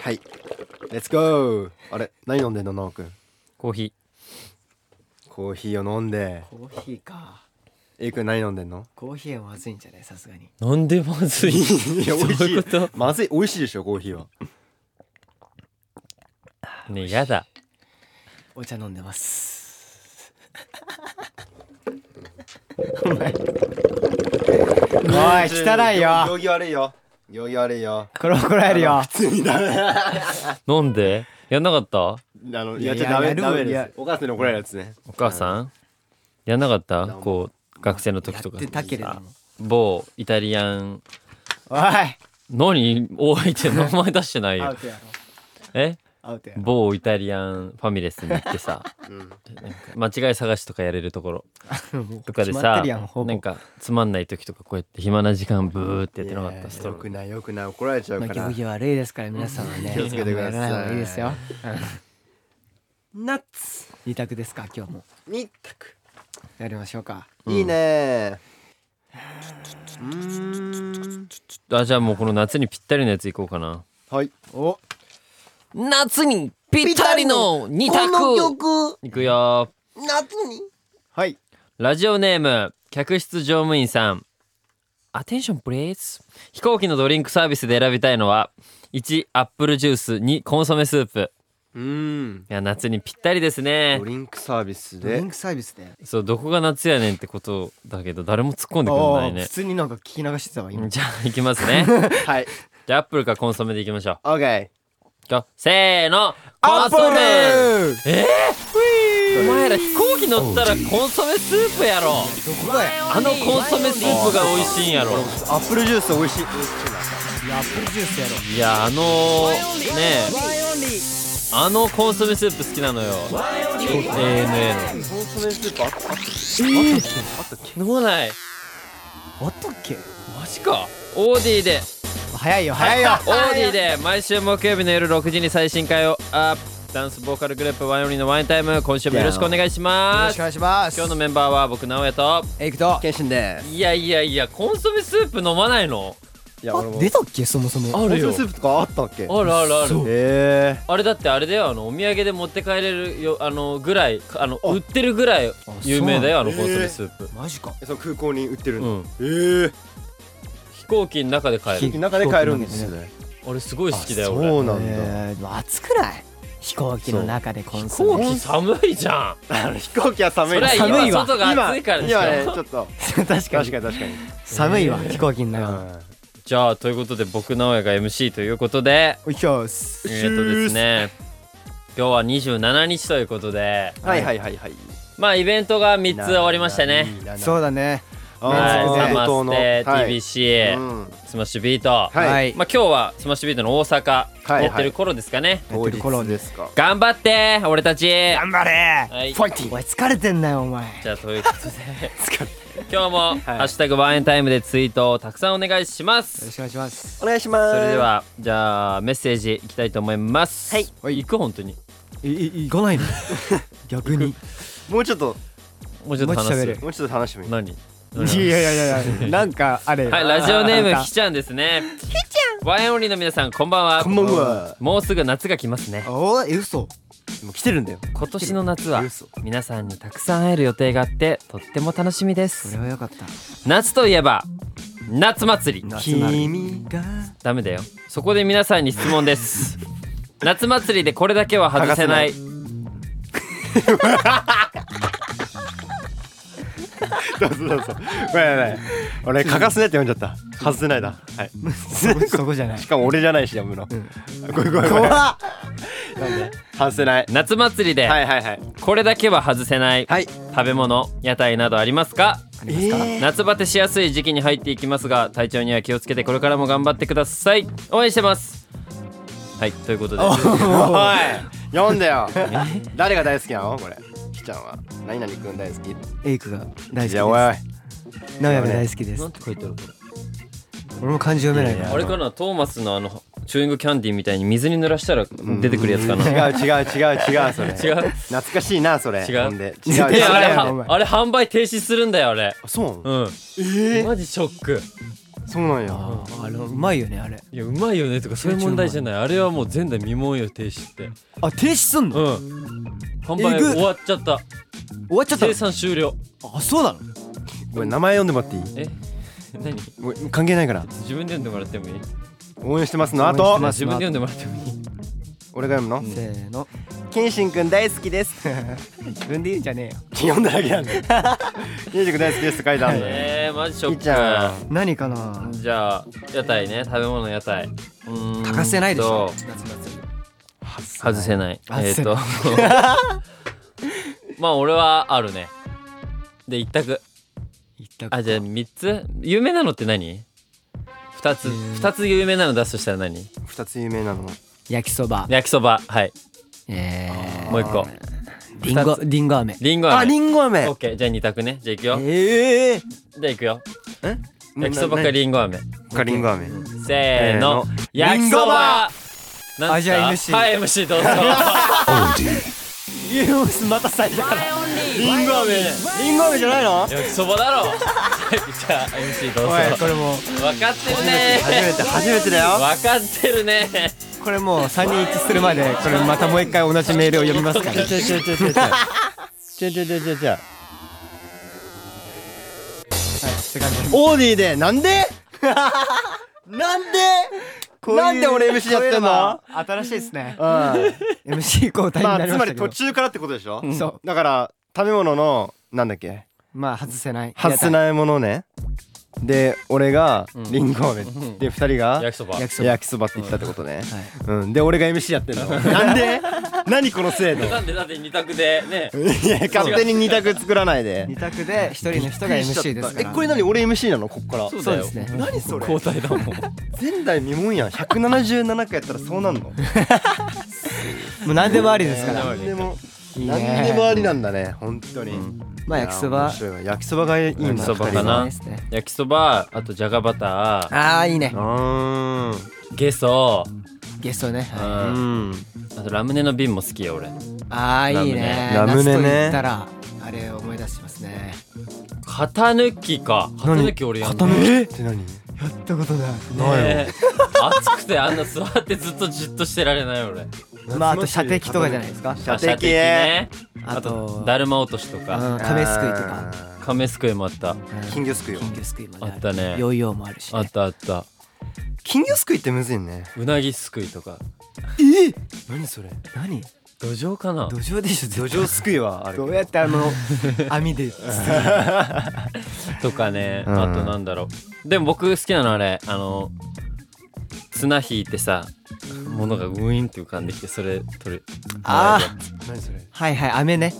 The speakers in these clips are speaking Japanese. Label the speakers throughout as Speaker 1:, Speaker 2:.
Speaker 1: はいレッツゴーあれ何飲んでんの奈くん
Speaker 2: コーヒ
Speaker 1: コーヒーを飲んで
Speaker 3: コーヒーか
Speaker 1: えいくん何飲んでんの
Speaker 3: コーヒーはまずいんじゃないさすがに
Speaker 2: ーなんでまずい
Speaker 1: いや美味
Speaker 2: そう
Speaker 1: し
Speaker 2: いう
Speaker 1: い
Speaker 2: こと
Speaker 1: まずい美味しいでしょコーヒーは
Speaker 2: ねえやだ
Speaker 3: お茶飲んでますおい汚いよ
Speaker 1: 行儀悪いよ行儀悪いよ
Speaker 3: これ怒られるよ
Speaker 1: 普通にダメ
Speaker 2: 飲んでやんなかった
Speaker 1: あの
Speaker 3: い
Speaker 1: いや
Speaker 3: や
Speaker 1: っちゃダメ
Speaker 3: やる
Speaker 1: ダメ
Speaker 3: い
Speaker 1: で
Speaker 3: や
Speaker 1: すお母さんに怒られるやつね
Speaker 2: お母さんやんなかった
Speaker 1: なんも
Speaker 2: こう学生の時とか
Speaker 3: やってたけれども
Speaker 2: 某イタリアン
Speaker 3: おい
Speaker 2: 何多いって名前出してない
Speaker 3: アウ
Speaker 2: よ
Speaker 3: トやろ
Speaker 2: え
Speaker 3: アウトやろ
Speaker 2: 某イタリアンファミレスに行ってさ
Speaker 1: うん
Speaker 2: なんか間違い探しとかやれるところとかで
Speaker 3: 決まって
Speaker 2: さ
Speaker 3: るやんほぼ
Speaker 2: なんかつまんない時とかこうやって暇な時間ブーってやってなかっ
Speaker 1: いや
Speaker 2: たスト
Speaker 1: よ
Speaker 2: ロー
Speaker 1: くないよくない怒られちゃう
Speaker 3: まあ
Speaker 1: から
Speaker 3: 行儀悪いですから皆さんはね
Speaker 1: 気をつけてください
Speaker 3: やらない方がいいですよ
Speaker 1: ナッツ
Speaker 3: 二択ですか今日も
Speaker 1: 二択
Speaker 3: やりましょうか
Speaker 1: いいねうーん
Speaker 2: あじゃあもうこの夏にぴったりのやついこうかな
Speaker 1: はい
Speaker 3: お
Speaker 2: 夏にぴったりの二択
Speaker 1: 曲
Speaker 2: いくよ
Speaker 1: 夏にはい
Speaker 2: ラジオネーム客室乗務員さんアテンションプレイス飛行機のドリンクサービスで選びたいのは1アップルジュース2コンソメスープ
Speaker 1: うーん
Speaker 2: いや夏にぴったりですね
Speaker 1: ドリンクサービス
Speaker 3: ドリ
Speaker 1: で
Speaker 3: ンクサービスで
Speaker 2: そうどこが夏やねんってことだけど誰も突っ込んでく
Speaker 3: あ
Speaker 2: れな
Speaker 3: あ
Speaker 2: いね
Speaker 3: 普通になんか聞き流してたわ今
Speaker 2: じゃあいきます ね
Speaker 1: はい
Speaker 2: じゃあアップルかコンソメでいきましょ
Speaker 1: オ
Speaker 2: う
Speaker 1: ッケ
Speaker 2: いくよせーの
Speaker 1: ー
Speaker 2: コンソ
Speaker 1: ル
Speaker 2: メえー、お前ら飛行機乗ったらコンソメスープやろ
Speaker 3: どこだよ
Speaker 2: あのコンソメスープが美味しいんやろ
Speaker 1: アップルジュース美味しい
Speaker 3: いやアップルジュースやろ
Speaker 2: いやあのー、ねえあのコンソメスープ好きなのよ ANA
Speaker 1: コンソメスープあったあった
Speaker 2: の飲まない
Speaker 3: あったっけ
Speaker 2: マジかオーディで
Speaker 3: 早いよ早いよ
Speaker 2: オーディで毎週木曜日の夜6時に最新回をアップダンスボーカルグループワイオリンのワインタイム今週もよろしくお願いし
Speaker 3: よ
Speaker 2: ま
Speaker 3: ろしく
Speaker 2: す
Speaker 3: お願いします
Speaker 2: 今日のメンバーは僕直哉と
Speaker 3: エイクと
Speaker 1: ケンシンです
Speaker 2: いやいやいやコンソメスープ飲まないの
Speaker 1: いや俺も
Speaker 3: あ出たっけそもそも
Speaker 2: ある
Speaker 1: コ
Speaker 2: よ
Speaker 1: ンソメスープとかあったっけ
Speaker 2: あるあるある
Speaker 1: へえ
Speaker 2: あれだってあれだよあのお土産で持って帰れるよあのぐらいあの売ってるぐらい有名だよあのコンソメスープ、
Speaker 3: マジか
Speaker 1: その空港に売ってる
Speaker 2: うん
Speaker 1: のへえ
Speaker 2: 飛行機の中で買える
Speaker 1: 駅の中で買えるんですね
Speaker 2: 俺すごい好きだよ俺
Speaker 1: そうなんだ
Speaker 3: えー暑くない飛行機の中でコン
Speaker 2: 飛
Speaker 3: ソ
Speaker 2: 行
Speaker 3: メ
Speaker 2: 機寒いじゃん
Speaker 1: あの飛行機は寒い
Speaker 2: それは
Speaker 3: 今寒いわ
Speaker 2: 外が暑いからでしょ
Speaker 1: 今今ねちょっと
Speaker 3: 確かに
Speaker 1: 確かに確かに
Speaker 3: 寒いわ飛行機の中
Speaker 1: う
Speaker 2: じゃあということで僕直哉が MC ということで
Speaker 3: おいしょーす
Speaker 2: えっ、とですね今日は27日ということで
Speaker 1: んはいはいはいはい
Speaker 2: まあイベントが3つ終わりましたね
Speaker 1: う
Speaker 3: そうだね
Speaker 2: はい、
Speaker 3: あー
Speaker 2: サマステ、
Speaker 1: はい、
Speaker 2: TBC、
Speaker 1: うん
Speaker 2: スマッシュビート、
Speaker 1: はい
Speaker 3: はい
Speaker 2: まあ、今日はスマッシュビートの大阪
Speaker 1: はい
Speaker 2: やってる頃ですかね、
Speaker 3: やってる頃です
Speaker 1: か
Speaker 2: 頑張って俺たち
Speaker 3: 頑張れ
Speaker 2: はい
Speaker 1: ファイティン
Speaker 3: お
Speaker 1: グ
Speaker 3: い疲れてんなよお前
Speaker 2: じゃあということで 今日も「ハッシュタグワインタイム」でツイートをたくさんお願いしま
Speaker 3: よろ
Speaker 2: す
Speaker 3: しくお願いします
Speaker 1: お願いします
Speaker 2: それではじゃあメッセージいきたいと思います
Speaker 1: はい
Speaker 2: い行く本当に
Speaker 3: い行か ないの逆に
Speaker 1: もうちょっと
Speaker 2: もうちょっと話
Speaker 3: もう
Speaker 2: す
Speaker 3: ちょっと
Speaker 1: もうちょっと話してもいい
Speaker 2: 何
Speaker 3: いやいやいやいやなんかあれ
Speaker 2: はいラジオネームひ
Speaker 3: ち
Speaker 2: ちゃんですねひちゃんワインオンリーの皆さんこんばんは
Speaker 1: こんばんは
Speaker 2: もうすぐ夏が来ますね
Speaker 3: おえ嘘
Speaker 1: もう来てるんだよ
Speaker 2: 今年の夏は
Speaker 1: 嘘
Speaker 2: 皆さんにたくさん会える予定があってとっても楽しみで
Speaker 3: それ
Speaker 2: す
Speaker 3: はよかった
Speaker 2: 夏といえば夏祭り
Speaker 3: 君が
Speaker 2: ダメだよそこで皆さんに質問です 夏祭りでこれだけは外せない
Speaker 1: 欠どうぞどうぞごめんごめん俺欠かすねって呼んじゃった外せないだ はい
Speaker 3: そこじゃない
Speaker 1: しかも俺じゃないしやむの
Speaker 3: ん
Speaker 1: ごめんごめんごめん
Speaker 3: 怖っ
Speaker 1: 外せない
Speaker 2: 夏祭り
Speaker 1: は
Speaker 2: で
Speaker 1: いはいはい
Speaker 2: これだけは外せない、
Speaker 1: はい
Speaker 2: 食べ物屋台などありますか
Speaker 1: えー
Speaker 2: 夏バテしやすい時期に入っていきますが体調には気をつけてこれからも頑張ってください応援してますはいということで
Speaker 1: おい読んだよ誰が大好きなのこれきちゃんは何々くん大好き
Speaker 3: エイクが大好き
Speaker 1: じゃあおいお
Speaker 3: で
Speaker 1: い
Speaker 3: すナオヤが大好きです
Speaker 2: なんて書いてあるこ
Speaker 3: 俺も漢字読めな
Speaker 1: い
Speaker 3: い
Speaker 1: やい
Speaker 2: れ
Speaker 1: や
Speaker 2: あれかなトーマスのあのチューイングキャンディーみたいに水に濡らしたら出てくるやつかな、
Speaker 1: 違う違う違う 違 うそれ
Speaker 2: 違う
Speaker 1: 懐かしいなそれ
Speaker 2: 違う
Speaker 1: ほんで 違う
Speaker 3: 絶対
Speaker 2: い
Speaker 1: 違う
Speaker 2: やあれ
Speaker 3: 違うよお
Speaker 2: は
Speaker 3: 前
Speaker 2: あれ販売停止するんだよあれ
Speaker 1: あそうなの
Speaker 2: うん、
Speaker 1: え
Speaker 2: マジショック
Speaker 1: そうなんや
Speaker 3: あーあのうまいよねあれ
Speaker 2: いやうまいよねとかそういう問題じゃないあれはもう前代未聞よ停止って
Speaker 3: あ停止すん
Speaker 2: う
Speaker 3: の
Speaker 2: ん販売
Speaker 3: えぐっ
Speaker 2: 終わっちゃった
Speaker 3: 終わっちゃった
Speaker 2: 生
Speaker 3: の
Speaker 2: 産終了
Speaker 3: あそうなの
Speaker 1: ごめん名前読んでもらってい
Speaker 2: え何
Speaker 1: いもう関係ないから
Speaker 2: 自分で読んでもらってもいい
Speaker 1: 応援してますのあ
Speaker 3: 応援し
Speaker 1: と
Speaker 3: てます
Speaker 2: 自分で読んでもらってもいい
Speaker 1: 俺が読むの
Speaker 3: せーの
Speaker 1: 謙信くん大好き です
Speaker 3: 自分で言うんじゃねえよ
Speaker 1: 読んだだけなん だよ謙信くん大好きですって書いてあるんだよ
Speaker 2: えー、マジショ
Speaker 1: いいじゃ
Speaker 2: ッ
Speaker 1: ん
Speaker 3: 何かな
Speaker 2: クじゃあ屋台ね食べ物屋台うーん
Speaker 3: 欠かせないでしょ
Speaker 2: と
Speaker 3: 夏夏
Speaker 2: 外せない
Speaker 3: 外
Speaker 2: えっ、
Speaker 3: せな
Speaker 2: と まあ俺はあるねで一択
Speaker 3: 一択
Speaker 2: あじゃあ3つ有名なのって何2つ
Speaker 3: えー
Speaker 2: 2つ有名なの出すとしたら何
Speaker 1: 二つ有名なの
Speaker 3: 焼きそば
Speaker 2: 焼きそばはい
Speaker 3: えー
Speaker 2: もう一個
Speaker 3: リンゴリンゴ飴
Speaker 2: りんご飴
Speaker 1: あリンゴ飴
Speaker 2: オッケーじゃあ2択ねじゃあいくよ
Speaker 3: ええ
Speaker 2: じゃあいくよ
Speaker 1: ん
Speaker 2: 焼きそばかりんご飴
Speaker 1: かりんご飴
Speaker 2: せーの
Speaker 1: せーの
Speaker 2: 焼きそばなん
Speaker 3: あじゃあ
Speaker 2: す
Speaker 3: MC
Speaker 2: かはい MC どうぞ
Speaker 3: いやまた最初から
Speaker 2: りんご飴
Speaker 1: リンゴ飴じゃないの
Speaker 2: 焼きそばだろじゃあ MC どうぞ
Speaker 3: おいこれもう
Speaker 2: 分かってるね
Speaker 1: 初めて初めてだよ
Speaker 2: 分かってるね
Speaker 3: これもう3人一致するまでこれまたもう一回同じメールを読みますから
Speaker 1: ちょちょちょちょちょちょちょちょちょちょオーディでなん でなんでなんで俺 MC やってんの
Speaker 3: 新しいですね
Speaker 1: うん
Speaker 3: MC 交代に
Speaker 1: ま
Speaker 3: な
Speaker 1: あつ
Speaker 3: り
Speaker 1: ま
Speaker 3: ましたけ
Speaker 1: り途
Speaker 3: ど
Speaker 1: 中からってことでしょ
Speaker 3: そう
Speaker 1: だから食べ物のなんだっけ
Speaker 3: まあ外せない
Speaker 1: 外せ
Speaker 3: い
Speaker 1: ないものねで俺が
Speaker 2: ん
Speaker 1: リンゴ飴
Speaker 2: ん
Speaker 1: で二人が
Speaker 2: 焼きそば
Speaker 3: 焼きそば
Speaker 1: 焼きそばって言ったってことねうんで俺が MC やってん のなんで何この制度い
Speaker 2: なんでだって二択でね
Speaker 1: や勝手に二択作らないで
Speaker 3: 二択で一人の人が MC ですから
Speaker 1: えこれ何俺 MC なのこっから
Speaker 2: そう
Speaker 3: そう
Speaker 2: だ
Speaker 3: で
Speaker 2: よ
Speaker 3: すね
Speaker 1: 何それ
Speaker 2: 交代だもん
Speaker 1: 前代未聞やん177回やったらそうなんの
Speaker 3: もう何でもありですから
Speaker 1: 何でも
Speaker 3: いいね
Speaker 1: 何でもありなんだね本当に
Speaker 3: まあ焼きそ
Speaker 1: いや
Speaker 3: ば
Speaker 1: 面白いわ焼きそばがいいんだ
Speaker 2: 焼きそば
Speaker 1: 二人
Speaker 2: か
Speaker 1: は
Speaker 2: な
Speaker 3: 二人はね
Speaker 2: 焼きそばあとじゃがバタ
Speaker 3: ああいいね
Speaker 1: あ
Speaker 2: ーゲソ
Speaker 3: ゲストね
Speaker 2: うん
Speaker 3: はい
Speaker 1: ーう
Speaker 2: あ
Speaker 1: ん
Speaker 2: とラムネの瓶も好きよ俺
Speaker 3: ああいいね
Speaker 1: ラムネ
Speaker 3: 夏と
Speaker 1: ラムネね
Speaker 3: 言ったらあれを思い出しますね
Speaker 2: 型抜きか型抜き俺やんの
Speaker 1: 肩抜きって何
Speaker 3: やったことない
Speaker 2: ね暑くてあんな座ってずっとじっとしてられない俺
Speaker 3: まああと射的とかじゃないですか
Speaker 1: 射
Speaker 2: あ射
Speaker 1: 的
Speaker 2: 的ね
Speaker 3: あと
Speaker 2: だるま落としと
Speaker 3: う
Speaker 2: か
Speaker 3: ん亀すくいとか
Speaker 1: あ
Speaker 2: 亀すくいもあった
Speaker 1: ー金魚すくいよ
Speaker 3: 金魚すくいまで
Speaker 2: あったね
Speaker 3: ヨーヨーもあるし
Speaker 2: あ
Speaker 3: ね
Speaker 2: ったあった
Speaker 1: 金魚すくいってむずいね
Speaker 2: うなぎすくいとか
Speaker 3: え
Speaker 1: 何それ
Speaker 3: 何
Speaker 2: 土壌かな
Speaker 3: 土壌でしょ絶
Speaker 1: 土
Speaker 3: 対
Speaker 1: 壌すくいはある
Speaker 3: どうやってあの網で
Speaker 2: とかね、
Speaker 1: うん
Speaker 2: あとなんだろうでも僕好きなのあれあの綱引いてさ物がウィンって浮かんできてそれ取る
Speaker 3: あー
Speaker 2: もらえるや
Speaker 1: 何
Speaker 2: つ
Speaker 1: それ
Speaker 3: はいはい飴ね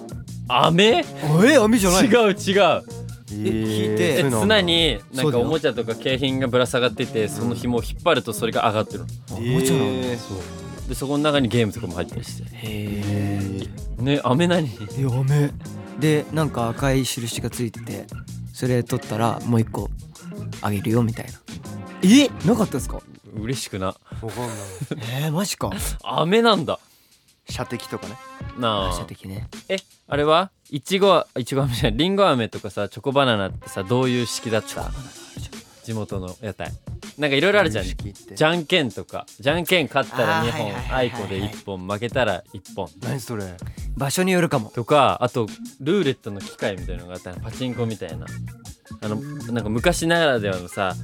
Speaker 2: 飴
Speaker 3: え網じ
Speaker 2: 違う違う
Speaker 3: 聞いて
Speaker 2: で
Speaker 3: え
Speaker 2: 綱にな
Speaker 3: そ
Speaker 2: ん
Speaker 3: う
Speaker 2: か
Speaker 3: だよ
Speaker 2: おもちゃとか景品がぶら下がっててその紐を引っ張るとそれが上がってるの
Speaker 1: お
Speaker 3: もちろん
Speaker 2: そうでそこの中にゲームとかも入ったりして
Speaker 3: へー
Speaker 2: ね飴何
Speaker 3: え飴でなんか赤い印がついててそれ取ったらもう一個あげるよみたいなえなかったですか
Speaker 2: 嬉しくな
Speaker 1: わかんない
Speaker 3: えー、マジ か
Speaker 2: 飴なんだ
Speaker 1: 射的とかね
Speaker 2: なあ
Speaker 3: 射的ね
Speaker 2: えあれはいちごいちご飴じゃないりんご飴とかさチョコバナナってさどういう式だった地元の屋台なんかいろいろあるじゃん
Speaker 1: 風呂敷って
Speaker 2: じゃんけんとかじゃんけん勝ったら
Speaker 3: あー
Speaker 2: 2
Speaker 3: はいはい
Speaker 2: 本
Speaker 3: は
Speaker 2: あ
Speaker 3: い
Speaker 2: い
Speaker 3: はい
Speaker 2: こで1本負けたら1本
Speaker 1: 何それ
Speaker 3: 場所によるかも
Speaker 2: とかあとルーレットの機械みたいなのがあったのパチンコみたいなあのなんか昔ならではのさ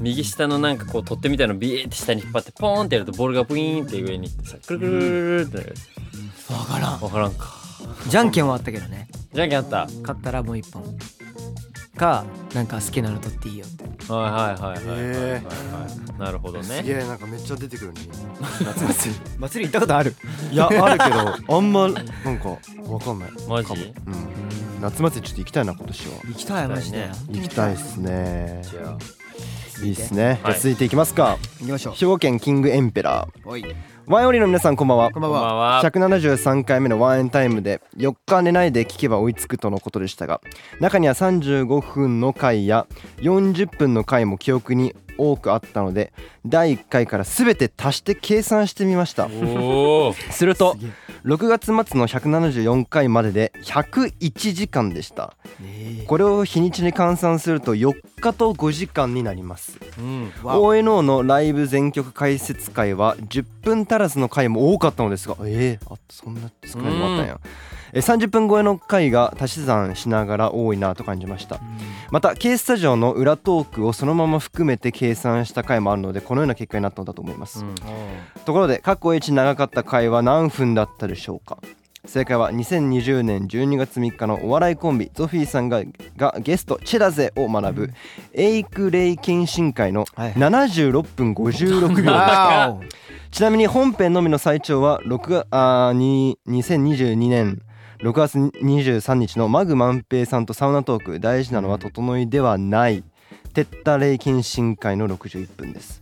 Speaker 2: 右下のなんかこう取っ手みたいなのビーって下に引っ張ってポーンってやるとボールがブイーンって上に行ってさくるくるくるくるってなる
Speaker 3: わからん
Speaker 2: 分からんか
Speaker 3: じゃんけんはあったけどね
Speaker 2: じゃんけんあったはい
Speaker 3: 勝ったらもう一本かなんか好きなの取っていいよって
Speaker 2: はいはいはいはいはい、
Speaker 1: へ
Speaker 2: はい、なるほど
Speaker 1: す
Speaker 2: ね
Speaker 1: げえなんかめっちゃ出てくるね夏祭り
Speaker 3: 祭り行ったことある
Speaker 1: いやあるけどあんまなんかわかんない
Speaker 2: マジ
Speaker 1: かもうん夏祭りちょっと行きたいな今年は
Speaker 3: 行きたいマジで
Speaker 2: 行き
Speaker 1: 行きたいっすね
Speaker 2: じゃあ
Speaker 1: いいっすねじ
Speaker 2: は
Speaker 1: ゃ
Speaker 2: い
Speaker 1: あ続いていきますか
Speaker 3: 行きましょ
Speaker 1: 兵庫県キングエンペラー
Speaker 3: うおい
Speaker 1: ワインオリの皆さんこんばんは
Speaker 3: こんば
Speaker 2: こ
Speaker 3: ん
Speaker 2: んばん
Speaker 3: は
Speaker 2: は
Speaker 1: 173回目のワンエンタイムで4日寝ないで聞けば追いつくとのことでしたが中には35分の回や40分の回も記憶に多くあったので第1回から全て足して計算してみました
Speaker 2: おお
Speaker 1: すると6月末の174回までで101時間でしたこれを日にちに換算すると4日と5時間になります
Speaker 2: うん。
Speaker 3: わお
Speaker 1: ONO のライブ全曲解説会は10分足らずの回も多かったのですがえー、あそんな少ないのもあったんや、えー30分超えの回が足し算しながら多いなと感じましたまた K スタジオの裏トークをそのまま含めて計算した回もあるのでこのような結果になったのだと思います、
Speaker 2: うん
Speaker 1: ところで過去一長かった回は何分だったでしょうか正解は2020年12月3日のお笑いコンビゾフィーさんががゲスト「チェラゼ」を学ぶエイクレイ検診会の
Speaker 3: はい
Speaker 1: 76分56秒でした
Speaker 3: わお
Speaker 1: ちなみに本編のみの最長は6があーに2022年6月23日のマグ万平さんとサウナトーク大事なのは整いではないテッタレイ検診会の61分です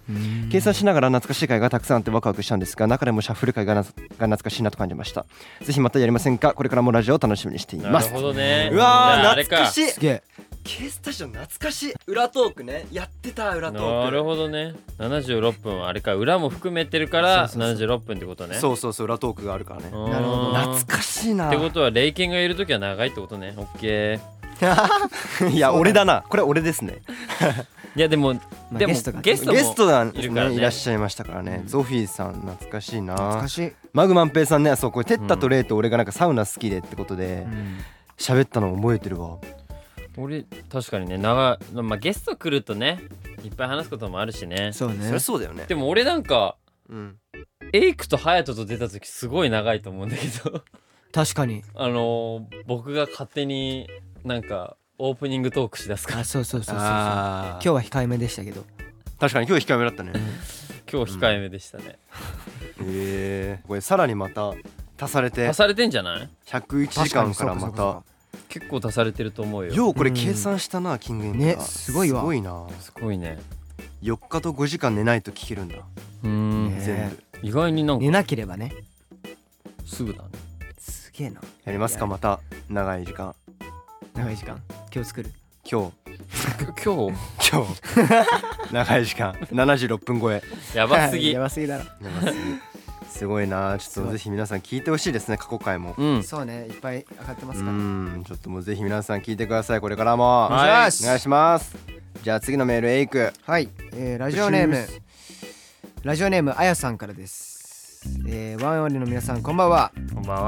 Speaker 1: 計算しながら懐かしい回がたくさんあってワクワクしたんですが中でもシャッフル回がなが懐かしいなと感じましたぜひまたやりませんかこれからもラジオを楽しみにしてい
Speaker 2: な
Speaker 1: ま
Speaker 2: る
Speaker 1: す
Speaker 2: ほどね。
Speaker 1: うわ
Speaker 2: じ
Speaker 1: ー
Speaker 2: ゃああれ
Speaker 1: 懐か
Speaker 2: か
Speaker 1: しい
Speaker 3: すげえ
Speaker 1: ケースタジオ懐かしい裏トークねやってた裏トーク
Speaker 2: なるほどね。76分はあれか裏も含めてるから76分ってことね。
Speaker 1: そうそうそう裏トークがあるからね
Speaker 2: うん
Speaker 3: なるほど
Speaker 1: 懐かしいな
Speaker 2: ってことは霊犬がいるときは長いってことね。オッケー。
Speaker 1: いや俺だなこれ俺ですね
Speaker 2: いやでも、
Speaker 3: まあ
Speaker 2: でも
Speaker 3: ゲストが
Speaker 2: ゲストも
Speaker 1: ゲストなん
Speaker 2: いるから
Speaker 1: ねい
Speaker 2: ね
Speaker 1: らっしゃいましたからねゾフィーさん懐かしい
Speaker 3: 懐
Speaker 1: な
Speaker 3: かしい
Speaker 1: マグマンペイさんねそうこれテッタとレイと俺がなんかサウナ好きでってことで
Speaker 3: うん
Speaker 1: 喋ったの覚えてるわ
Speaker 2: 俺確かにね長い、まあ、ゲスト来るとねいっぱい話すこともあるしね
Speaker 3: そうね
Speaker 1: そうだよね
Speaker 2: でも俺なんか
Speaker 1: うん
Speaker 2: エイクとハヤトと出た時すごい長いと思うんだけど
Speaker 3: 確かに
Speaker 2: あのー僕が勝手になんかオープニングトークしだすから
Speaker 3: あそうそうそうそうそう今
Speaker 1: あ
Speaker 3: 日は控えめでしたけど
Speaker 1: 確かに今日控えめだったね
Speaker 2: 今日控えめでしたね、
Speaker 1: へえこれさらにまた足されて
Speaker 2: 足されてんじゃない
Speaker 1: 101時間からまた
Speaker 2: 結構足されてると思うよ
Speaker 1: ようこれ計算したなキングエン
Speaker 3: ねすごいわ
Speaker 1: すごいな
Speaker 2: すごいね
Speaker 1: 4日と5時間寝ないと聞けるんだ
Speaker 2: うーん、
Speaker 3: ね
Speaker 1: 全部
Speaker 2: 意外になんか
Speaker 3: 寝なければね
Speaker 2: すぐだね
Speaker 3: すげえな
Speaker 1: やりますかまた長い時間
Speaker 3: 長い時間今日作る
Speaker 1: 今
Speaker 2: 今
Speaker 1: 日今日長い時間76分超え
Speaker 2: 日やばすぎ
Speaker 3: やばすぎだろ
Speaker 1: やばすぎすごいなちょっとぜひ皆さん聞いてほしいですね過去回も
Speaker 2: うん
Speaker 3: そうねいっぱい上がってま
Speaker 1: う
Speaker 3: すから
Speaker 1: んちょっともうぜひ皆さん聞いてくださいこれからも
Speaker 2: はい
Speaker 1: お願いしますじゃあ次のメールエイク
Speaker 3: はい、えーラジオネームラジオネームあやさんからです、えーワンオンリーの皆さんこんばんは
Speaker 2: こんばん
Speaker 3: それ
Speaker 2: は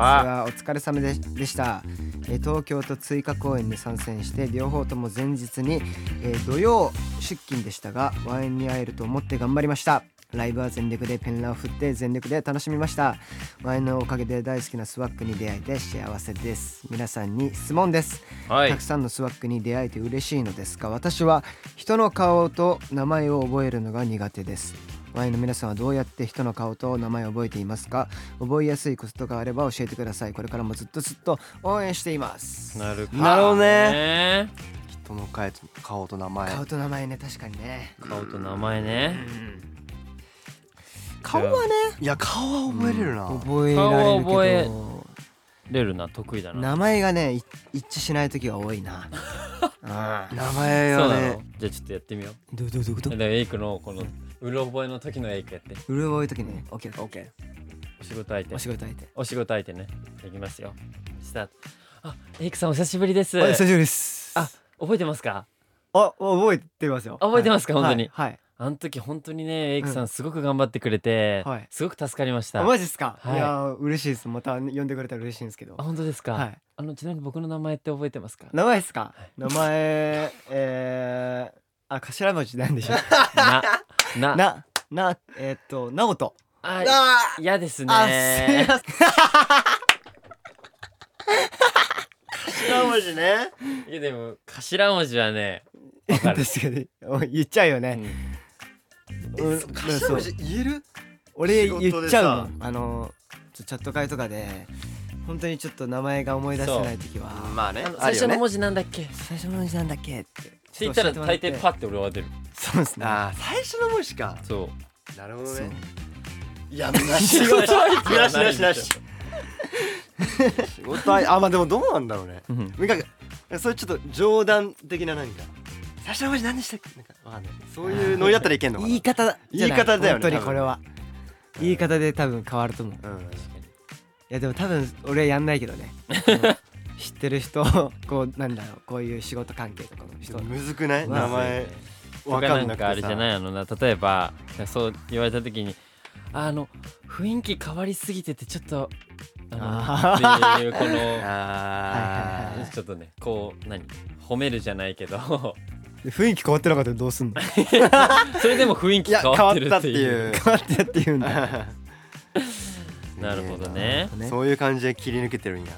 Speaker 3: はお疲れ様ででした、えー東京と追加公演に参戦して両方とも前日に、えー土曜出勤でしたがワンエンに会えると思って頑張りましたライブは全力でペンラを振って全力で楽しみましたワンエンのおかげで大好きなスワックに出会えて幸せです皆さんに質問です
Speaker 2: はい
Speaker 3: たくさんのスワックに出会えて嬉しいのですが私は人の顔と名前を覚えるのが苦手ですワインの皆さんはどうやって人の顔と名前を覚えていますか覚えやすいコツとかあれば教えてくださいこれからもずっとずっと応援しています
Speaker 2: なるか
Speaker 1: なるほどね
Speaker 2: ね
Speaker 1: 人の顔と顔と名前
Speaker 3: 顔と名前ね確かにね
Speaker 2: 顔と名前ね
Speaker 3: 顔はね
Speaker 1: いや顔は覚えれるな、
Speaker 3: 覚えられるけ
Speaker 2: 顔は覚え
Speaker 3: ど
Speaker 2: レルナ得意だな
Speaker 3: 名前がねい一致しない時が多いなああ
Speaker 1: 名前
Speaker 2: そう
Speaker 1: は
Speaker 2: なの
Speaker 1: ね
Speaker 2: じゃあちょっとやってみよう
Speaker 3: どうどうどういうこと
Speaker 2: でエイクのこのうろ覚えの時のエイクやって
Speaker 3: 潤い時ね OKOK
Speaker 2: お仕事相手
Speaker 3: お仕事相手
Speaker 2: お仕事相手ねいきますよスタートあエイクさんお久しぶりです
Speaker 3: お久しぶりです
Speaker 2: あ覚えてますか
Speaker 3: あ、覚えてますよ。
Speaker 2: あ覚えてますか
Speaker 3: はい
Speaker 2: 本当に
Speaker 3: はい。
Speaker 2: あの時本当にねエイクさ
Speaker 3: うん
Speaker 2: すごく頑張ってくれて、
Speaker 3: はい
Speaker 2: すごく助かりました
Speaker 3: あ
Speaker 2: あ
Speaker 3: マジですか。い
Speaker 2: はい
Speaker 3: やー、嬉しいです。また呼んでくれたら嬉しいんですけど。
Speaker 2: 本当ですか、
Speaker 3: はい。
Speaker 2: あのちなみに僕の名前って覚えてますか
Speaker 3: 名前ですか
Speaker 2: はい。
Speaker 3: 名前、えー、あ、頭文字なんでしょう。
Speaker 2: なな
Speaker 3: な、な、えーっと、なおと。
Speaker 2: あ
Speaker 3: あ
Speaker 2: 嫌です
Speaker 3: あ、すみ
Speaker 2: ね
Speaker 3: ません。頭文字ね。
Speaker 2: いやでも頭文字はねわかる、
Speaker 3: 確かに。お言っちゃうよ
Speaker 2: う
Speaker 3: ね。
Speaker 2: ん
Speaker 3: うんうん
Speaker 1: 頭文字言える
Speaker 3: 俺
Speaker 1: 仕事でさ
Speaker 3: 言っちゃうもん。あの、ちょチャット会とかで、本当にちょっと名前が思い出せない時は。
Speaker 1: まあね
Speaker 2: あの最初
Speaker 1: あるよ
Speaker 2: の
Speaker 1: ね
Speaker 2: 文字なんだっけ、
Speaker 3: 最初の文字なんだっけって。
Speaker 2: って言ったら
Speaker 3: ちょと教え
Speaker 2: 大
Speaker 3: て
Speaker 2: 抵
Speaker 3: もって
Speaker 2: パッて俺は出る
Speaker 3: そうですね。
Speaker 1: あー最初の文字か
Speaker 2: そう
Speaker 1: なるほど
Speaker 3: そう
Speaker 1: ねいやなし
Speaker 2: 仕事相手
Speaker 1: なしなしなし仕事はあまあでもどうなんだろうね
Speaker 2: うん
Speaker 1: とにかくそれちょっと冗談的な何か最初の文字何でしたっけなんかわかんないそういうノリだったらいけんのかな
Speaker 3: 言い方じゃない
Speaker 1: 言い方だよね
Speaker 3: 本当にこれは言い方で多分変わると思う
Speaker 1: うん
Speaker 3: いやでも多分俺やんないけど ねあの知ってる人こうなんだろうこういう仕事関係とかの人
Speaker 1: むずくない
Speaker 3: ま
Speaker 1: 名
Speaker 3: あ
Speaker 1: 前
Speaker 2: と
Speaker 1: わ
Speaker 2: か
Speaker 1: か
Speaker 2: なん
Speaker 1: なんくて
Speaker 2: か
Speaker 1: さ
Speaker 2: あれじゃないあのな例えばそう言われた時にあの雰囲気変わりすぎててちょっとあのっていうこ の
Speaker 3: はいはい
Speaker 1: あ
Speaker 3: はい
Speaker 2: ちょっとねこう何褒めるじゃないけど
Speaker 3: 雰囲気変わってなかったらどうすんの
Speaker 2: それでも雰囲
Speaker 1: ーい
Speaker 2: 気
Speaker 1: や
Speaker 2: 変
Speaker 1: 変
Speaker 2: わ
Speaker 1: わ
Speaker 2: っ
Speaker 1: って
Speaker 2: る
Speaker 1: た
Speaker 2: っ
Speaker 1: ってて
Speaker 2: いう
Speaker 1: いう
Speaker 3: 変わってって言うんだ
Speaker 2: なるほどね
Speaker 3: ね
Speaker 1: そういう感じで切り抜けてるんや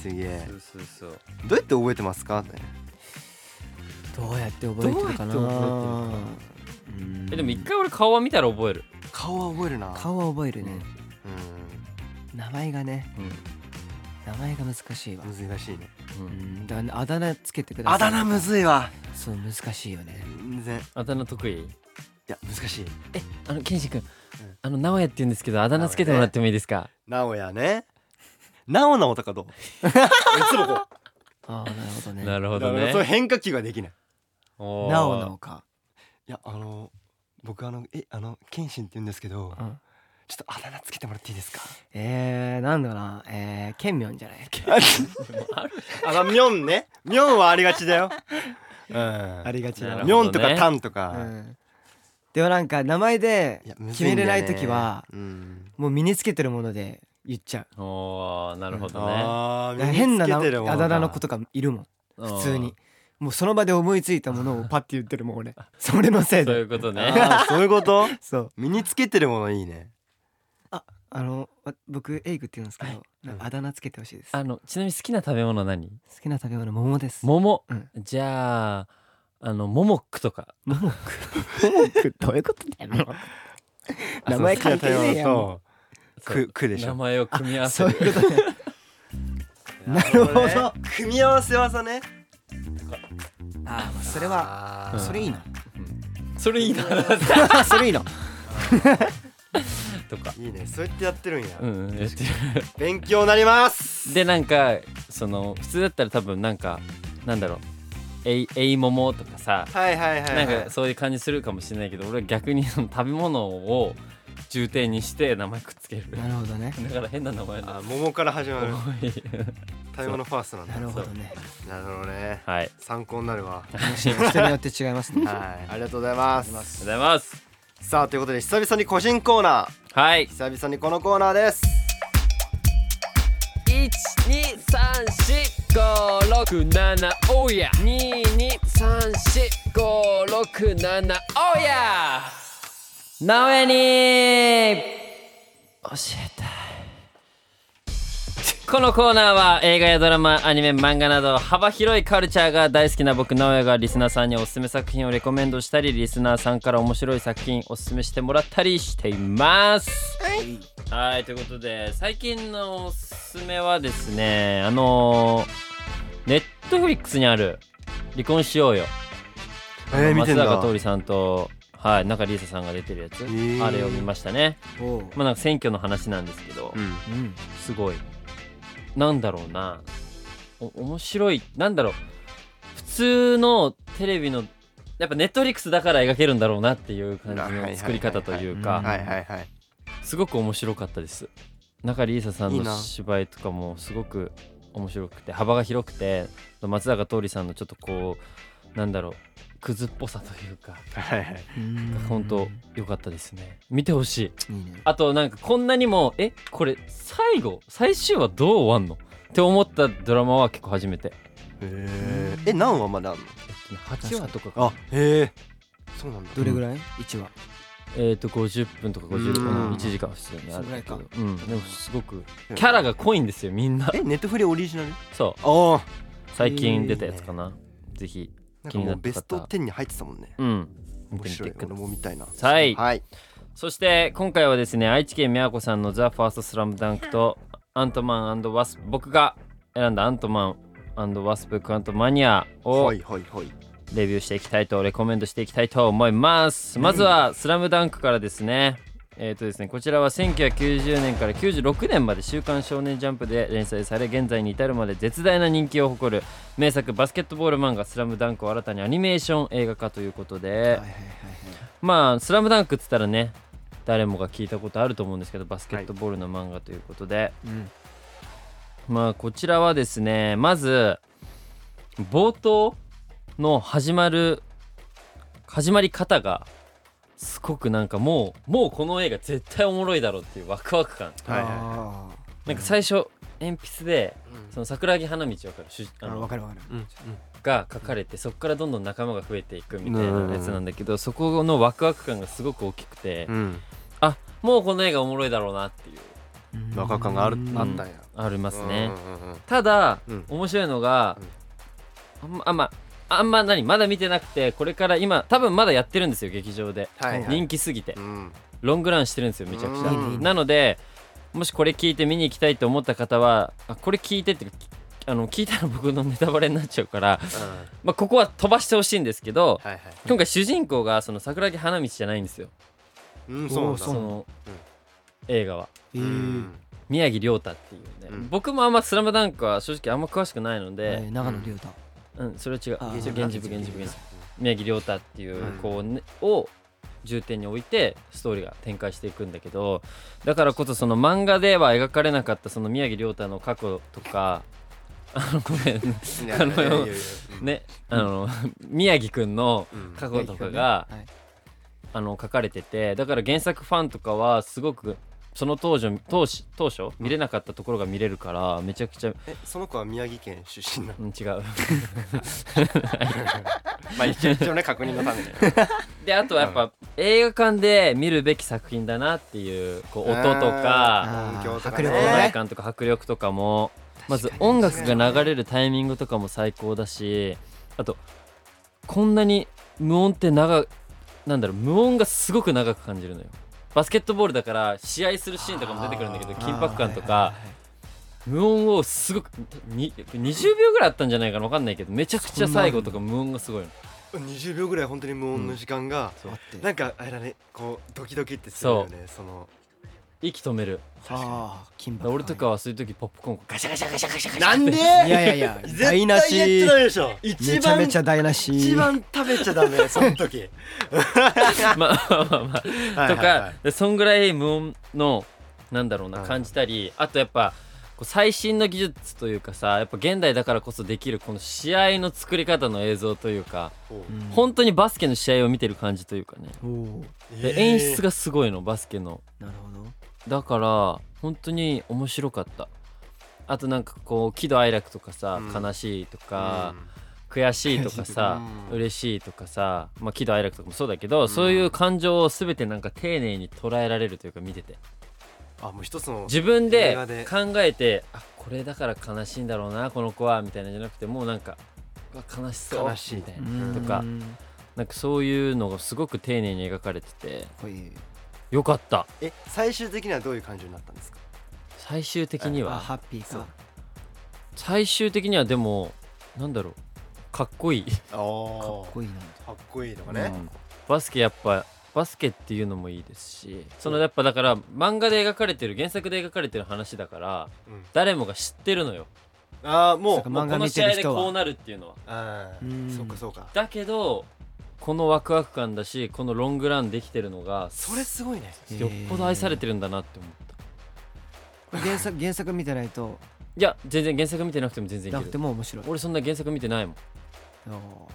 Speaker 1: すげえ
Speaker 2: そうそうそう
Speaker 1: どうやって覚えてますか
Speaker 3: どうやって覚えてるかな
Speaker 2: どうやって覚えでも一回俺顔は見たら覚える、
Speaker 1: 顔は覚えるな
Speaker 3: 顔は覚えるね
Speaker 1: う
Speaker 3: 名前がね
Speaker 2: うん
Speaker 3: 名前が難しいわ
Speaker 1: ん難しいね
Speaker 2: う、
Speaker 3: うんんだからねあだ名つけてください
Speaker 1: あだ名むずいわ
Speaker 3: そう難しいよね
Speaker 1: 全然い
Speaker 2: あだ名得意
Speaker 1: や難しい
Speaker 2: えあの健司君、あの直哉って言うんですけどあだ名つけてもらってもいいですか
Speaker 1: なおやねなおなおとかどういつもこ
Speaker 3: ああなるほどね
Speaker 2: なるほ
Speaker 1: う
Speaker 2: ど
Speaker 1: だから
Speaker 2: ね
Speaker 1: そういう変化球ができない
Speaker 2: おー
Speaker 3: なおなおか
Speaker 1: いやあの僕あのえあの謙信って言うんですけど
Speaker 3: うん
Speaker 1: ちょっとあだ名つけてもらっていいですか
Speaker 3: えー、なんだろうなえー、ケンミョンじゃ ない
Speaker 1: あのみょんねみょんはありがちだようんあ
Speaker 3: ありがちな
Speaker 2: なるほどね
Speaker 1: みょんとかたんと
Speaker 3: う
Speaker 1: か
Speaker 3: んでもなんか名前で
Speaker 1: いやむ
Speaker 3: 決
Speaker 1: ずい
Speaker 3: め
Speaker 1: んだ
Speaker 3: れ
Speaker 1: よ
Speaker 3: な
Speaker 1: ね
Speaker 3: い時は
Speaker 1: うん
Speaker 3: もう身につけてるもので言っちゃう
Speaker 2: おーなるほどね、
Speaker 1: あー
Speaker 3: 変な
Speaker 1: 身につ
Speaker 3: 名
Speaker 1: けてるも
Speaker 3: あ
Speaker 1: が
Speaker 3: だ名の子とかいるもん普通に
Speaker 2: あ
Speaker 3: もうその場で思いついたものをパッて言ってるも ん俺それのせ
Speaker 2: ー
Speaker 3: い
Speaker 2: そうい
Speaker 3: で
Speaker 2: うことね
Speaker 1: あーそういうこと
Speaker 3: そう
Speaker 1: 身につけてるものいいね
Speaker 3: あのわ僕エイグって言うんですけど
Speaker 1: うん
Speaker 3: あだ名つけてほしいです
Speaker 2: あ
Speaker 3: 好
Speaker 2: のちなみに好きな食べ物何
Speaker 3: きな食べ物桃ですモ
Speaker 2: 桃、
Speaker 3: うん
Speaker 2: じゃああのモモックとか
Speaker 3: モクモモクどういうことだよもう
Speaker 2: あ
Speaker 3: 名前
Speaker 2: そう
Speaker 3: 関係ねえやん
Speaker 1: と
Speaker 2: そう
Speaker 1: くくでしょ
Speaker 2: 名前を組み合わせ
Speaker 3: そう
Speaker 2: る
Speaker 3: いうこ とねなるほど
Speaker 1: 組み合わせ技ね
Speaker 3: あーそれは
Speaker 1: あ
Speaker 2: ー
Speaker 3: それいいの
Speaker 2: それいいな
Speaker 3: それいいの
Speaker 2: とか
Speaker 1: いいねそうやってやってるんや、
Speaker 2: うんうんやってる
Speaker 1: 勉強になります
Speaker 2: でなんかその普通だったら多分なんかなんだろうえいえいももとかさ
Speaker 1: はいはいはい、は、
Speaker 2: ないんかそういう感じするかもしれないけど俺は逆にその食べ物を重点にして名前くっつける
Speaker 3: なるほどね
Speaker 2: だから変な名前だ
Speaker 1: あ桃から始まる
Speaker 2: 多い
Speaker 1: 食べ物ファーストなんだ
Speaker 3: なるほどね
Speaker 1: なるほどね
Speaker 2: はいありがと
Speaker 1: 参考になるわはい
Speaker 3: 人によって違いますね
Speaker 1: ありがとうございます
Speaker 2: うございます
Speaker 1: さあということで久々に個人コーナ
Speaker 2: はい
Speaker 1: ー久々にこのコーナーです
Speaker 2: 一二三四五六七おや二二三四五六七おや直江に教えたいこのコーナーは映画やドラマアニメ漫画など幅広いカルチャーが大好きな僕直江がリスナーさんにおすすめ作品をレコメンドしたりリスナーさんから面白い作品おすすめしてもらったりしていますはいということで最近のおすすめはですねあのネットフリックスにある「離婚しようよ」
Speaker 1: えー、見て
Speaker 2: 松
Speaker 1: んだ
Speaker 2: 坂桃李さんとはい中里依紗さんが出てるやつ、
Speaker 1: ー
Speaker 2: あれを見ましたね
Speaker 3: おう
Speaker 2: まあなんか選挙の話なんですけど、
Speaker 1: うん
Speaker 3: うん
Speaker 2: すごいなんだろうなお面白いなんだろう普通のテレビのやっぱネットフリックスだから描けるんだろうなっていう感じの作り方という
Speaker 3: はいはいはいはいうん
Speaker 2: か
Speaker 1: はいはいはい
Speaker 2: すごく面白かったです中里依紗さん
Speaker 1: いいな
Speaker 2: の芝居とかもすごく面白くて幅が広くて松坂桃李さんのちょっとこうなんだろうクズっぽさというか
Speaker 1: はいはい
Speaker 2: 本当良かったですね見てほしい
Speaker 3: いいね
Speaker 2: あとなんかこんなにもえこれ最後最終話どう終わんのって思ったドラマは結構初めて
Speaker 1: えー、え何話まだあんの
Speaker 2: 8話とかか
Speaker 1: あへえそうなんだ
Speaker 3: どれぐらい一話
Speaker 2: えっ、と50分とか50
Speaker 1: うん
Speaker 2: 分1時間普通にあるんだけ
Speaker 3: そ
Speaker 2: ど
Speaker 3: んぐら
Speaker 2: うんでもすごくキャラが濃いんですよみんな
Speaker 1: えネットフリオリジナル
Speaker 2: そう
Speaker 1: ああ
Speaker 2: 最近出たやつかな、ぜひ
Speaker 1: なん
Speaker 2: 気
Speaker 1: か
Speaker 2: に
Speaker 1: も
Speaker 2: な
Speaker 1: う
Speaker 2: った
Speaker 1: ベスト
Speaker 2: 方
Speaker 1: 10に入ってたもんね。
Speaker 2: うん見
Speaker 1: 面
Speaker 2: てみ
Speaker 1: 白
Speaker 2: て
Speaker 1: い。
Speaker 2: く
Speaker 1: 俺
Speaker 2: ださい
Speaker 1: も見たいな。
Speaker 2: はい
Speaker 1: はい。
Speaker 2: そして今回はですね愛知県宮子さんの「ザ・ファーストスラムダンクとアントマンワスプ僕が選んだアントマンワスプクアントマニアを
Speaker 1: はいはいはい。
Speaker 2: レビューしていきたいとレコメンドしていきたいと思いますまずは「スラムダンクからですねえーとですね、こちらは1990年から96年まで「週刊少年ジャンプ」で連載され現在に至るまで絶大な人気を誇る名作バスケットボール漫画「スラムダンクを新たにアニメーション映画化ということで、
Speaker 3: はいはいはいはい
Speaker 2: まあ「スラムダンクっつったらね誰もが聞いたことあると思うんですけどバスケットボールの漫画ということで、
Speaker 3: うん
Speaker 2: まあこちらはですねまず冒頭の始まる始まり方がすごくなんかもうもうこの映画絶対おもろいだろうっていうワクワク感
Speaker 1: はいはい
Speaker 3: あ
Speaker 2: なんか最初鉛筆でその桜木花道わかる主
Speaker 3: ー
Speaker 2: あ
Speaker 3: あ
Speaker 2: の
Speaker 3: 分かる分かる
Speaker 1: うんうん
Speaker 2: が書かれてそこからどんどん仲間が増えていくみたいなやつなんだけどそこのワクワク感がすごく大きくて、
Speaker 1: うん
Speaker 2: あもうこの映画おもろいだろうなっていう
Speaker 1: ワクワク感がある
Speaker 3: うん
Speaker 1: あったんや
Speaker 2: ありますね、
Speaker 1: うんうんうんうん
Speaker 2: ただ、
Speaker 1: うん
Speaker 2: 面白いのが、あんまあんまあんま何まだ見てなくてこれから今多分まだやってるんですよ劇場で、
Speaker 1: はいはい
Speaker 2: 人気すぎて
Speaker 1: うん
Speaker 2: ロングランしてるんですよめちゃくちゃ、
Speaker 1: うんいいねいいね
Speaker 2: なのでもしこれ聞いて見に行きたいと思った方はあこれ聞いてってきあの聞いたら僕のネタバレになっちゃうから、
Speaker 1: はい
Speaker 2: まあ、ここは飛ばしてほしいんですけど、
Speaker 1: はい
Speaker 2: 今回主人公がその桜木花道じゃないんですよ
Speaker 1: うんそうなんだ
Speaker 2: その、映画は
Speaker 3: え
Speaker 1: う
Speaker 3: ー
Speaker 1: ん
Speaker 2: 宮城亮太っていうね、
Speaker 1: うん
Speaker 2: 僕もあんま「スラムダンクは正直あんま詳しくないの
Speaker 3: え
Speaker 2: で、
Speaker 3: ー長野龍太
Speaker 2: うん、それは違う
Speaker 3: あー
Speaker 2: 現実現実現実現実宮城亮太っていう
Speaker 1: うん
Speaker 2: 子を,、ねを重点に置いてストーリーが展開していくんだけどだからこそその漫画では描かれなかったその宮城亮太の過去とかあのごめ
Speaker 1: い
Speaker 2: ん
Speaker 1: やいやいやいやいやうん
Speaker 2: ねあの宮城くんの
Speaker 1: うん
Speaker 2: 過去とかが、
Speaker 3: はい
Speaker 2: あの書かれててだから原作ファンとかはすごくその当時当時当初見れなかったところが見れるからめちゃくちゃ、
Speaker 1: えその子は宮城県出身なの
Speaker 2: うん、違う
Speaker 1: まあ一応一応ね確認のために
Speaker 2: であとはやっぱ映画館で見るべき作品だなっていうこう音とか
Speaker 3: あー
Speaker 1: 音響とか
Speaker 3: 迫
Speaker 1: ね
Speaker 3: 力
Speaker 2: 存在感とか迫力とかもまず音楽が流れるタイミングとかも最高だしあとこんなに無音って長なんだろう無音がすごく長く感じるのよバスケットボールだから試合するシーンとかも出てくるんだけど
Speaker 1: あー
Speaker 2: 緊迫感と
Speaker 3: あー
Speaker 2: か無音をすごくに20秒ぐらいあったんじゃないかな分かんないけどめちゃくちゃ最後とか無音がすごいの
Speaker 1: 20秒ぐらい本当に無音の時間が、
Speaker 3: はいはいはい
Speaker 1: なんかあれだねこうドキドキってするよねその
Speaker 2: 息止める
Speaker 3: ああ金箔
Speaker 2: 俺とかはそういう時ポップコーンガシャガシャガシャガシャガシャ
Speaker 1: なんで
Speaker 3: いやいやいや
Speaker 1: 絶対
Speaker 3: 台
Speaker 1: や
Speaker 3: 無
Speaker 1: っ
Speaker 3: して
Speaker 1: ないでしょ
Speaker 3: め
Speaker 1: 一
Speaker 3: ちゃ
Speaker 1: 番
Speaker 3: めちゃ台無し
Speaker 1: 一番食べちゃダメその時
Speaker 2: まあまあまあまあとか、でそんぐらい無音のなんだろうな
Speaker 1: はい
Speaker 2: 感じたり、あとやっぱこう最新の技術というかさやっぱ現代だからこそできるこの試合の作り方の映像というか、
Speaker 3: うん
Speaker 2: 本当にバスケの試合を見てる感じというかね、
Speaker 3: おお
Speaker 2: で演出がすごいのバスケの
Speaker 3: なるほど
Speaker 2: だから本当に面白かったあとなんかこう喜怒哀楽とかさ、
Speaker 1: うん
Speaker 2: 悲しいとか、悔しいとかさ
Speaker 1: うん
Speaker 2: 嬉しいとかさ、まあ、喜怒哀楽とかもそうだけど、そういう感情を全てなんか丁寧に捉えられるというか見てて
Speaker 1: あもう一つの
Speaker 2: 自分
Speaker 1: 映
Speaker 2: で
Speaker 1: 画で
Speaker 2: 考えてあこれだから悲しいんだろうなこの子はみたいなんじゃなくてもうなんかうわ悲しそう
Speaker 1: 悲しい
Speaker 2: みたいな
Speaker 1: うん
Speaker 2: とか
Speaker 3: うん
Speaker 2: なんかそういうのがすごく丁寧に描かれてて
Speaker 3: こういう
Speaker 2: よかった
Speaker 1: え最終的にはどういう感情になったんですか
Speaker 2: 最終的に
Speaker 3: あ
Speaker 2: は
Speaker 3: ハッピー
Speaker 1: そう
Speaker 3: か
Speaker 2: 最終的にはでもなんだろうかっこいい、
Speaker 1: ああ
Speaker 3: かっこいいな
Speaker 1: かっこいいとか
Speaker 2: う
Speaker 1: ね
Speaker 2: んバスケやっぱバスケっていうのもいいですしそのやっぱだから漫画で描かれてる原作で描かれてる話だから
Speaker 1: うん
Speaker 2: 誰もが知ってるのよ
Speaker 1: ああも
Speaker 3: そううか
Speaker 2: もう
Speaker 3: 漫画
Speaker 2: この
Speaker 3: 見
Speaker 2: 試
Speaker 3: てる
Speaker 2: 合で
Speaker 3: 人は
Speaker 2: こうなるっていうのは
Speaker 1: ああ
Speaker 3: うん
Speaker 1: そうかそうか
Speaker 2: だけどこのワクワク感だしこのロングランできてるのが
Speaker 1: それすごいね
Speaker 2: よっぽど愛されてるんだなって思った、
Speaker 3: これ原作原作見てないと
Speaker 2: いや全然原作見てなくても全然い
Speaker 3: な
Speaker 2: け
Speaker 3: く
Speaker 2: る
Speaker 3: ても面白い
Speaker 2: 俺そんな原作見てないもん
Speaker 3: お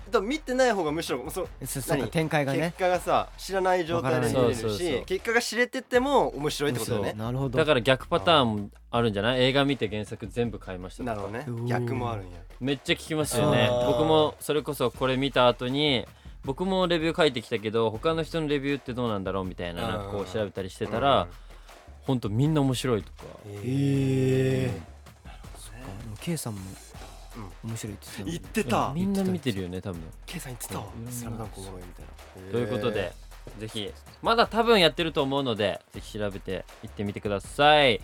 Speaker 3: ー
Speaker 1: でも見てない方がむしろその
Speaker 3: えそそうか
Speaker 1: 何
Speaker 3: 展開がね
Speaker 1: 結果がさ知らない状態で見れる
Speaker 2: わからないそうそうそ
Speaker 1: し
Speaker 2: う
Speaker 1: 結果が知れてても面白いってことだよね
Speaker 3: なるほど
Speaker 2: だから逆パターンもあるんじゃない映画見て原作全部買いました
Speaker 1: なるほどね
Speaker 3: うん
Speaker 1: 逆もあるんや
Speaker 2: めっちゃ聞きますよね
Speaker 1: あー
Speaker 2: 僕もそれこそこれ見た後に僕もレビュー書いてきたけど他の人のレビューってどうなんだろうみたいななんかこ
Speaker 1: うん
Speaker 2: う調べたりしてたらほんとみんな面白いとか
Speaker 1: うん
Speaker 3: へえケイさんも面白いって言
Speaker 1: 言っ
Speaker 3: って
Speaker 1: てた
Speaker 2: みんな見てるよね多分
Speaker 1: ケイさん言ってたわ
Speaker 2: うん
Speaker 1: スラムダンクおもろいみたいな
Speaker 2: ということで、ぜひまだ多分やってると思うのでぜひ調べていってみてください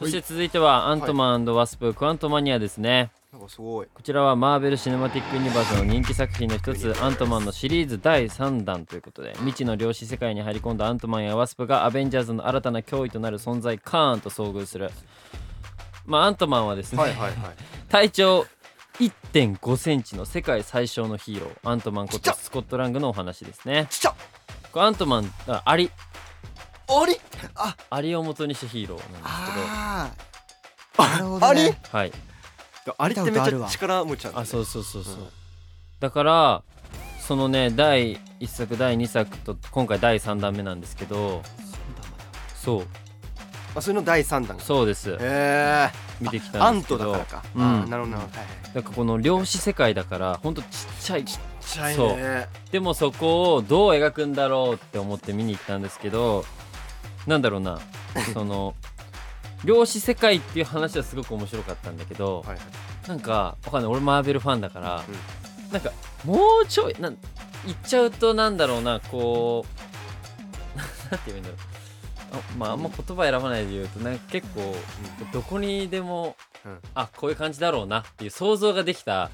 Speaker 2: そして続いてはアントマンワスプクアントマニアですね
Speaker 1: なんかすごい
Speaker 2: こちらはマーベル・シネマティック・ユニバースの人気作品の一つアントマンのシリーズ第3弾ということで未知の量子世界に入り込んだアントマンやワスプがアベンジャーズの新たな脅威となる存在カーンと遭遇するまあアントマンはですね、
Speaker 1: はい はいはい
Speaker 2: 体長1.5センチの世界最小のヒーローアントマンことスコットラングのお話ですね
Speaker 1: ちっちゃ
Speaker 2: これアントマンあアリ
Speaker 1: あれ
Speaker 2: アリを元にしたヒーローなんです
Speaker 3: ああなるほど
Speaker 1: あ
Speaker 3: ね
Speaker 1: れ
Speaker 2: けどはい
Speaker 1: あれってめっ
Speaker 3: 見たことあ
Speaker 1: ち
Speaker 3: る
Speaker 1: ゃ
Speaker 3: わ
Speaker 1: 力持ちなんだ
Speaker 2: あ
Speaker 1: ね
Speaker 2: そうそうそうそう、
Speaker 1: うん
Speaker 2: だからそのね第1作第2作と今回第3弾目なんですけどそう
Speaker 1: あそれの第三弾
Speaker 2: そうです
Speaker 1: へ
Speaker 2: 見てき
Speaker 1: え
Speaker 2: た
Speaker 1: ア
Speaker 2: ん
Speaker 1: ン
Speaker 2: ですけ
Speaker 1: トだ
Speaker 2: ど
Speaker 1: からか
Speaker 2: うん
Speaker 1: あーなるほどなるほどはいはい
Speaker 2: なんかこの量子世界だからほんとちっちゃい
Speaker 1: ちっちゃい
Speaker 2: そう
Speaker 1: ね
Speaker 2: でもそこをどう描くんだろうって思って見に行ったんですけどなんだろうなその 量子世界っていう話はすごく面白かったんだけど、
Speaker 1: はいはい
Speaker 2: なんかわかんない俺マーベルファンだから、なんかもうちょいなん言っちゃうとなんだろうなこう なんて言うんだろうあまああんま言葉選ばないで言うとなんか結構どこにでも、
Speaker 1: うん
Speaker 2: あこういう感じだろうなっていう想像ができた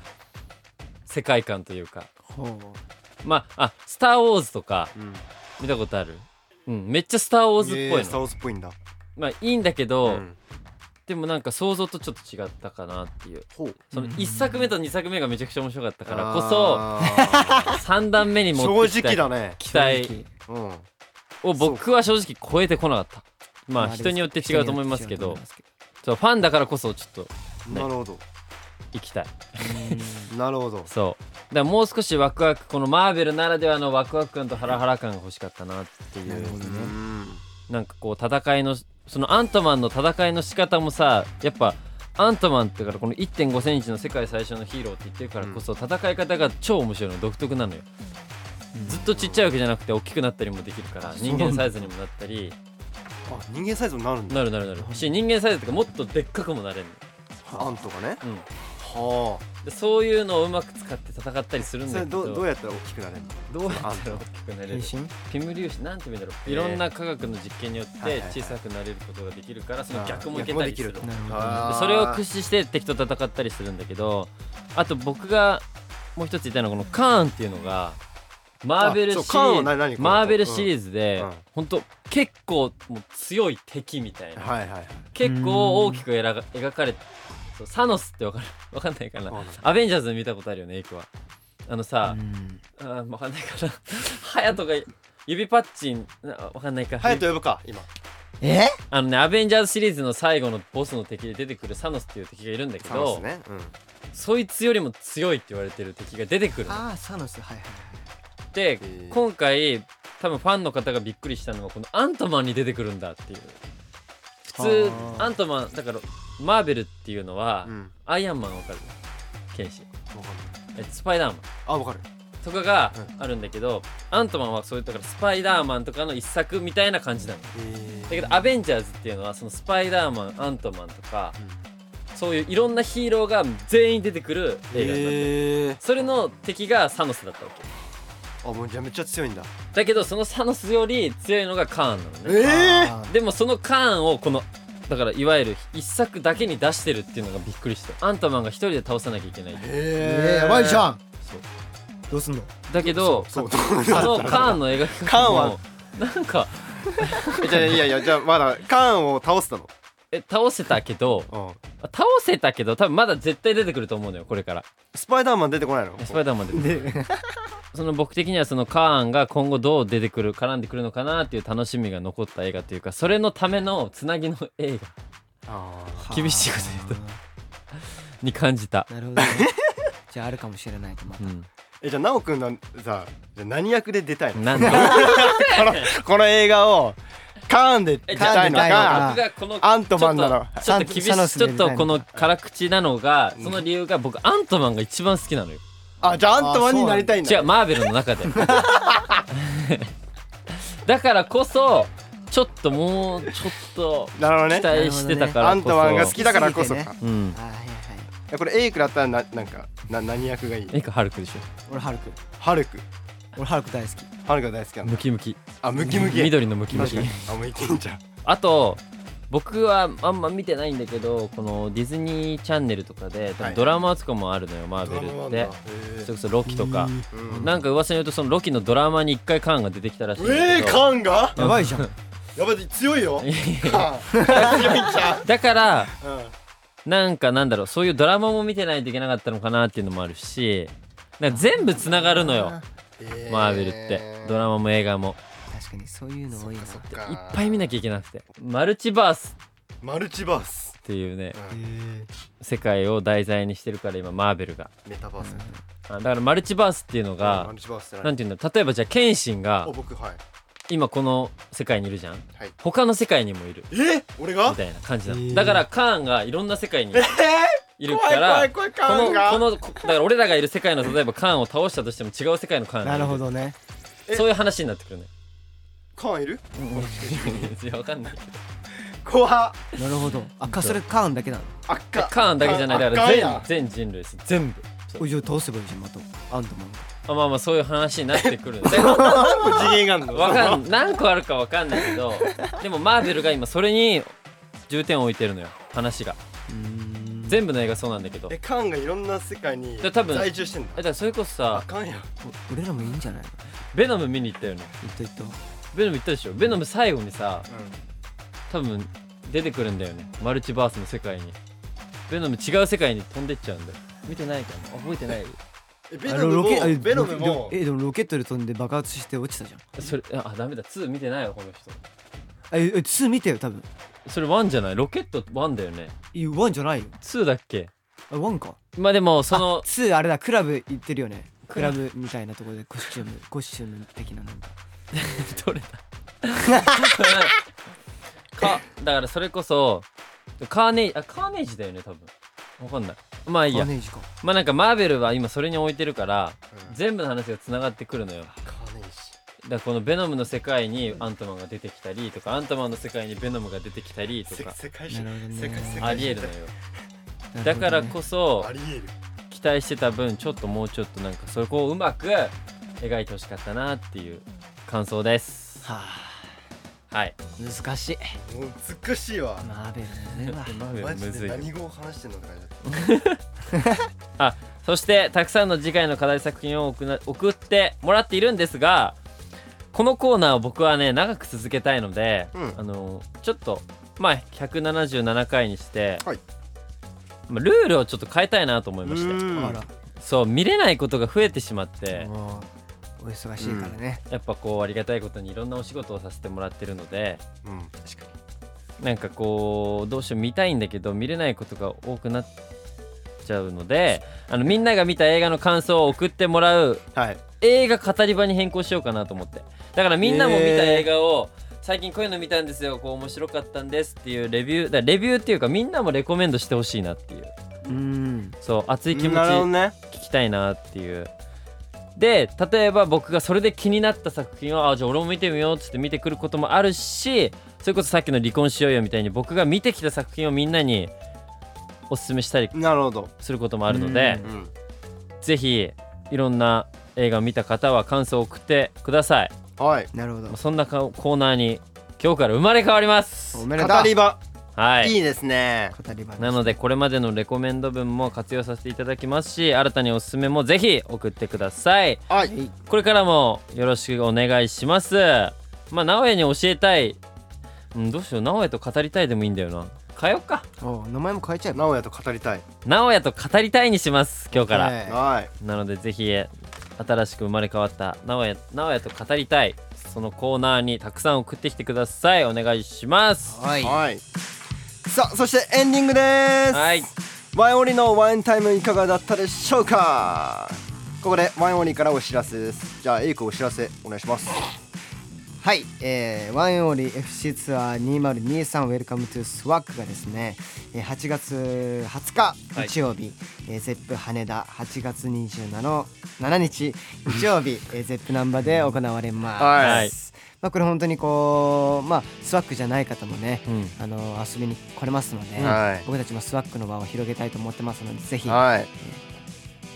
Speaker 2: 世界観というか
Speaker 3: ほ
Speaker 2: まああスター・ウォーズ」とか
Speaker 1: うん
Speaker 2: 見たことあるうんめっちゃ「スター・ウォーズ」っぽ
Speaker 1: えー
Speaker 2: い
Speaker 1: スター・
Speaker 2: の、
Speaker 1: ウォーズっぽいんだ
Speaker 2: まあいいんだけど、
Speaker 1: ん
Speaker 2: でもなんか想像とちょっと違ったかなっていう
Speaker 1: ほう
Speaker 2: その
Speaker 3: うん
Speaker 2: 1作目と2作目がめちゃくちゃ面白かったからこそ
Speaker 1: そ
Speaker 2: 3段目に持って
Speaker 1: 正
Speaker 2: きた
Speaker 1: 直だね
Speaker 2: 期
Speaker 3: う
Speaker 2: 待
Speaker 1: うん
Speaker 2: を僕は正直超えてこなかったまあ
Speaker 3: れです
Speaker 2: 人によって違うと思いますけ
Speaker 3: 人に
Speaker 2: ど
Speaker 3: よって違う
Speaker 2: そうファンだからこそちょっと
Speaker 1: なるほど
Speaker 2: 行きたい
Speaker 3: と思いますけど
Speaker 1: なるほど
Speaker 2: そうだからもう少しワクワクこのマーベルならではのワクワク感とハラハラ感が欲しかったなってい
Speaker 3: なるほ
Speaker 2: う
Speaker 3: ど
Speaker 1: う
Speaker 3: ね
Speaker 1: ん
Speaker 2: なんかこう戦いのそのアントマンの戦いの仕方もさやっぱアントマンってからこの1 5センチの世界最初のヒーローって言ってるからこそ戦い方が超面白いの独特なのよ
Speaker 3: うん
Speaker 2: ずっとちっちゃいわけじゃなくて大きくなったりもできるから
Speaker 3: そう
Speaker 2: 人間サイズにもなったり
Speaker 1: あ人間サイズになるんだ
Speaker 2: なるなるなるし人間サイズとかもっとでっかくもなれる
Speaker 1: アントがね
Speaker 2: の、うん
Speaker 1: は
Speaker 2: で、そういうのをうまく使って戦ったりする
Speaker 1: あ
Speaker 2: ん
Speaker 1: そ
Speaker 2: だ
Speaker 1: れ
Speaker 2: けど
Speaker 1: どどうやったら大きくなれるの
Speaker 2: どうやったら大きくなれ
Speaker 3: 変
Speaker 2: る
Speaker 3: 身
Speaker 2: ピム粒子なんて言うんだろう
Speaker 1: えー
Speaker 2: いろんな科学の実験によっ
Speaker 1: はいは
Speaker 2: て
Speaker 1: いはい
Speaker 2: 小さくなれることができるからそ
Speaker 1: あ
Speaker 2: の
Speaker 1: ー
Speaker 2: 逆もいけたりする
Speaker 1: 逆
Speaker 2: の
Speaker 1: も
Speaker 3: なるほど
Speaker 1: あ
Speaker 2: で
Speaker 1: ー
Speaker 2: それを駆使して敵と戦ったりするんだけどあと僕がもう一つ言いたいのはこのカーンっていうのがマーベルシリ
Speaker 1: あそうカーンは何
Speaker 2: ー
Speaker 1: 何
Speaker 2: ズマーベルシリーズで
Speaker 1: うんうん
Speaker 2: 本当結構もう強い敵みたいな
Speaker 1: はいはいはい
Speaker 2: 結構大きく描か描かれてそうサノスってわかるわかんないかな
Speaker 1: わかんない
Speaker 2: アベンジャーズ見たことあるよねエイクはあのさ
Speaker 3: うん
Speaker 2: あーわかんないかな ハヤトが指パッチンなわかんないか
Speaker 1: ハヤト呼ぶか今
Speaker 3: え
Speaker 2: あのねアベンジャーズシリーズの最後のボスの敵で出てくるサノスっていう敵がいるんだけ
Speaker 1: サノス
Speaker 2: ど
Speaker 1: ねうん
Speaker 2: そいつよりも強いって言われてる敵が出てくるの
Speaker 3: ああサノスはいはいは
Speaker 2: で
Speaker 1: ー
Speaker 2: 今回多分ファンの方がびっくりしたのはこのアントマンに出てくるんだっていう普通
Speaker 3: はあ
Speaker 2: アントマンだからマーベルっていうのは、
Speaker 1: うん
Speaker 2: アイアンマンわかる剣士
Speaker 1: わかんない
Speaker 2: えスパイダーマン
Speaker 1: あわかる
Speaker 2: とかが
Speaker 1: う
Speaker 2: あるんだけど、アントマンはそういうだからスパイダーマンとかの一作みたいな感じなのだ
Speaker 1: え
Speaker 2: けどアベンジャーズっていうのはそのスパイダーマンアントマンとかそういういろんなヒーローが全員出てくる映画になってる
Speaker 1: ええ
Speaker 2: それの敵がサノスだったわけ
Speaker 1: あもうじゃあめっちゃ強いんだ
Speaker 2: だけどそのサノスより強いのがカーンなのね、
Speaker 1: え
Speaker 3: い
Speaker 1: え
Speaker 3: あー
Speaker 2: でもそのカーンをこのだからいわゆる一作だけに出してるっていうのがびっくりしてアントマンが一人で倒さなきゃいけない
Speaker 1: え
Speaker 3: えーやばいじゃ
Speaker 1: ん
Speaker 3: ん
Speaker 2: そう
Speaker 3: どうすんの
Speaker 2: だけど
Speaker 1: そう
Speaker 2: あのカーンの描き
Speaker 1: カー
Speaker 2: 方
Speaker 1: ン
Speaker 2: も
Speaker 1: は
Speaker 2: なんか
Speaker 1: えじゃあいやいやじゃあまだカーンを倒したの
Speaker 2: え倒せたけど
Speaker 1: うん
Speaker 2: 倒せたけど多分まだ絶対出てくると思うのよこれから
Speaker 1: スパイダーマン出てこないの
Speaker 2: スパイダーマン出てくる その僕的にはそのカーンが今後どう出てくる絡んでくるのかなっていう楽しみが残った映画というかそれのためのつなぎの映画
Speaker 1: あー
Speaker 2: 厳しいこと言うに感じた、
Speaker 3: なるほど ねじゃああるかもしれないとまた
Speaker 2: うん、
Speaker 1: えじゃあ奈くんのさじゃあ何役で出たいの
Speaker 2: なんで
Speaker 1: このこの映画をカーンで出
Speaker 2: じゃあ
Speaker 1: たいの
Speaker 3: カーンで出たい
Speaker 1: か
Speaker 2: 僕がこの
Speaker 1: アントマンなの
Speaker 2: ちょっとちょっと厳
Speaker 3: サノ
Speaker 2: しい
Speaker 3: ス
Speaker 2: ち
Speaker 3: で
Speaker 2: ょっ
Speaker 3: みたい
Speaker 2: と
Speaker 3: な
Speaker 2: この辛口なのがその理由が僕アントマンが一番好きなのよ
Speaker 1: あじゃあアントマンになりたいんだ
Speaker 2: 違うマーベルの中で だからこそちょっともうちょっと
Speaker 1: なるほど
Speaker 2: 期
Speaker 1: ね
Speaker 2: 待してたから
Speaker 1: ア
Speaker 2: こ
Speaker 1: ン
Speaker 2: そ
Speaker 1: トマンが好きだからこそ
Speaker 3: 好きす
Speaker 1: か
Speaker 3: ぎ
Speaker 2: うん
Speaker 3: あーはいはい
Speaker 1: えこれエイクだったらななんかな何役がいい
Speaker 2: エイクハルクでしょ
Speaker 3: 俺ハルク
Speaker 1: ハルク
Speaker 3: 俺ハルク大 好き
Speaker 1: ハルクが大好きなんだ
Speaker 2: ムキムキ
Speaker 1: あムキムキ
Speaker 2: 緑のムキム
Speaker 1: 確
Speaker 2: キ
Speaker 1: かにあもういけんじゃん
Speaker 2: あと僕はあんま見てないんだけどこのディズニーチャンネルとかで多分
Speaker 1: はい
Speaker 2: ドラマとかもあるのよマーベル
Speaker 1: な
Speaker 2: っ
Speaker 1: ん
Speaker 2: て
Speaker 1: だ
Speaker 2: それこそロキとか
Speaker 1: うん
Speaker 2: なんか噂によるとそのロキのドラマに一回カーンが出てきたらしいんだ
Speaker 1: え
Speaker 2: け
Speaker 1: ー
Speaker 2: ど
Speaker 1: カーンが
Speaker 3: やばいじゃん
Speaker 1: やばい強いよ
Speaker 2: いやいや
Speaker 1: カーン強いじゃん
Speaker 2: だから
Speaker 1: うん
Speaker 2: なんかなんだろうそういうドラマも見てないといけなかったのかなっていうのもあるしなんか全部つながるのよマーベルってドラマも映画も
Speaker 3: 確確かにそういうの多いな
Speaker 2: そっか
Speaker 4: そっか
Speaker 2: いっぱい見なきゃいけなくてマルチバース
Speaker 4: マルチバース、
Speaker 2: っていうね
Speaker 4: うん
Speaker 2: 世界を題材にしてるから今マーベルが
Speaker 4: メタバース、
Speaker 2: あだからマルチバースっていうの
Speaker 4: マ
Speaker 2: が
Speaker 4: ルチバースって
Speaker 2: なんていうんだろう例えばじゃあ謙信が
Speaker 4: お僕はい
Speaker 2: 今この世界にいるじゃん
Speaker 4: はい
Speaker 2: 他の世界にもいる
Speaker 4: え俺が
Speaker 2: みたいな感じな
Speaker 1: え
Speaker 2: の
Speaker 1: ー
Speaker 2: だからカーンがいろんな世界に
Speaker 4: え
Speaker 2: い
Speaker 4: ー、
Speaker 2: る
Speaker 4: 怖い
Speaker 2: か
Speaker 4: 怖
Speaker 2: ら
Speaker 4: い怖い
Speaker 2: こ
Speaker 4: カーンが
Speaker 2: のこのこだから俺らがいる世界の例えばカーンを倒したとしても違う世界のカーンがい
Speaker 3: なるほどね
Speaker 4: え
Speaker 2: そういう話になってくるね
Speaker 4: カーンいる
Speaker 2: いやわかんない
Speaker 4: 怖っ
Speaker 3: なるほどあかそれカーンだけなの
Speaker 4: あっか
Speaker 2: カーンだけじゃないだか
Speaker 4: あ赤いな
Speaker 2: ら全全人類です全部
Speaker 3: おいじゃあ倒せばいいじゃんまたアントマン
Speaker 2: あまあまあそういう話になってくるんでわ
Speaker 4: 次元があるの
Speaker 2: かん何個あるかわかんないけどでもマーベルが今それに重点を置いてるのよ話が全部の映画そうなんだけど
Speaker 4: え
Speaker 2: だか
Speaker 4: カーンがいろんな世界に
Speaker 2: で多分
Speaker 4: 在住してんだ
Speaker 2: らそれこそ
Speaker 4: あ
Speaker 2: さ
Speaker 4: かんや
Speaker 3: お俺らもいいんじゃないの
Speaker 2: ベノム見に行ったよね
Speaker 3: 言っと言っと
Speaker 2: ベノム行ったでしょベノム最後にさ
Speaker 4: う
Speaker 2: 多分出てくるんだよねマルチバースの世界にベノム違う世界に飛んでっちゃうんだよ見てないかな覚えてない
Speaker 4: んえベノムも
Speaker 3: あ
Speaker 4: ベノムも
Speaker 3: えでもロケットで飛んで爆発して落ちたじゃん
Speaker 2: それあダメだ2見てないわこの人
Speaker 3: あええ2見てよ多分
Speaker 2: それ1じゃないロケット1だよね
Speaker 3: いや1じゃないよ
Speaker 2: 2だっけ
Speaker 3: あ1か
Speaker 2: まあでもその
Speaker 3: あ2あれだクラブ行ってるよね
Speaker 2: ク
Speaker 3: ク
Speaker 2: ラ
Speaker 3: ラブみたいなところでコスチュームコスチューム的ななんか
Speaker 2: どれだ かだからそれこそカーネイあカーネイジだよね多分わかんないまあいい
Speaker 3: マ
Speaker 2: や
Speaker 3: ネージか
Speaker 2: まあなんかマーベルは今それに置いてるから
Speaker 4: うん
Speaker 2: 全部の話がつながってくるのよだか
Speaker 4: カーネイジ
Speaker 2: らこのベノムの世界にアントマンが出てきたりとかアントマンの世界にベノムが出てきたりと
Speaker 4: せ
Speaker 2: か
Speaker 4: 世界史
Speaker 3: なるほどね
Speaker 4: 世界世界史
Speaker 2: ありえるのよ
Speaker 3: なるほどね
Speaker 2: だからこそ
Speaker 4: ありえる
Speaker 2: 期待してた分ちょっともうちょっとなんかそこをうまく描いてほしかったなっていう感想です
Speaker 3: はあ
Speaker 2: はい
Speaker 3: 難しい
Speaker 4: もう美しいわ
Speaker 3: マーベルのねは
Speaker 2: マーベ
Speaker 4: マ
Speaker 2: ルむ
Speaker 4: ジ
Speaker 2: ず
Speaker 4: で
Speaker 2: いよ
Speaker 4: 何語を話してんのって感じだっ
Speaker 2: そしてたくさんの次回の課題作品を送な送ってもらっているんですがこのコーナーを僕はね長く続けたいので、
Speaker 4: うん
Speaker 2: あのちょっとまあ177回にして、
Speaker 4: はい
Speaker 2: まあルールをちょっと変えたいなと思い
Speaker 4: た
Speaker 2: まして
Speaker 3: あら
Speaker 2: そう見れないことが増えてしまって
Speaker 3: もうお忙しいからね
Speaker 2: やっぱこうありがたいことにいろんなお仕事をさせてもらってるので
Speaker 4: うん
Speaker 2: なんかこうどうしても見たいんだけど見れないことが多くなっちゃうのであのみんなが見た映画の感想を送ってもらう
Speaker 4: はい
Speaker 2: 映画語り場に変更しようかなと思ってだからみんなも見た映画を、最近こういうの見たんですよこう面白かったんですっていうレビューだからレビューっていうかみんなもレコメンドしてほしいなっていう
Speaker 3: うん
Speaker 2: そう熱い気持ち
Speaker 1: なるほど
Speaker 2: 聞
Speaker 1: ね
Speaker 2: きたいなっていうで例えば僕がそれで気になった作品をあじゃあ俺も見てみようっつって見てくることもあるしそれこそさっきの「離婚しようよ」みたいに僕が見てきた作品をみんなにおすすめしたり
Speaker 1: なるほど
Speaker 2: することもあるので
Speaker 4: う、ん
Speaker 2: ぜひいろんな映画を見た方は感想を送ってください
Speaker 4: はい
Speaker 3: なるほど
Speaker 2: そんなかコーナーに今日から生まれ変わります
Speaker 3: おめでとう
Speaker 1: 語り場
Speaker 2: はい
Speaker 1: いいですね
Speaker 3: 語り話
Speaker 2: なのでこれまでのレコメンド文も活用させていただきますし新たにおすすめもぜひ送ってください
Speaker 4: はい
Speaker 2: これからもよろしくお願いしますまあ直哉に教えたい、うん、どうしよう直哉と語りたいでもいいんだよな変えよっか
Speaker 3: おう名前も変えちゃえば
Speaker 4: 直哉と語りたい
Speaker 2: 直哉と語りたいにします今日から、
Speaker 3: はい
Speaker 4: はい
Speaker 2: なのでぜひ新しく生まれ変わった直哉直哉と語りたいそのコーナーにたくさん送ってきてくださいお願いします
Speaker 3: はい
Speaker 4: はい
Speaker 1: さあそしてエンディングです
Speaker 2: はい
Speaker 1: ワインオリのワインタイムいかがだったでしょうかここでワインオリからお知らせですじゃあエイクお知らせお願いします
Speaker 3: はい、えーワインオーリー FC ツアー2023ウェルカムトゥスワックがですね、えー8月20日
Speaker 2: はい
Speaker 3: 日曜日、えーゼップ羽田8月27 7日日曜日、えーゼップナンバーで行われます。
Speaker 2: はい
Speaker 3: まあこれ本当にこうまあスワックじゃない方もね、
Speaker 2: うん
Speaker 3: あの遊びに来れますので、
Speaker 4: はい
Speaker 3: 僕たちもスワックの輪を広げたいと思ってますのでぜひ
Speaker 4: はい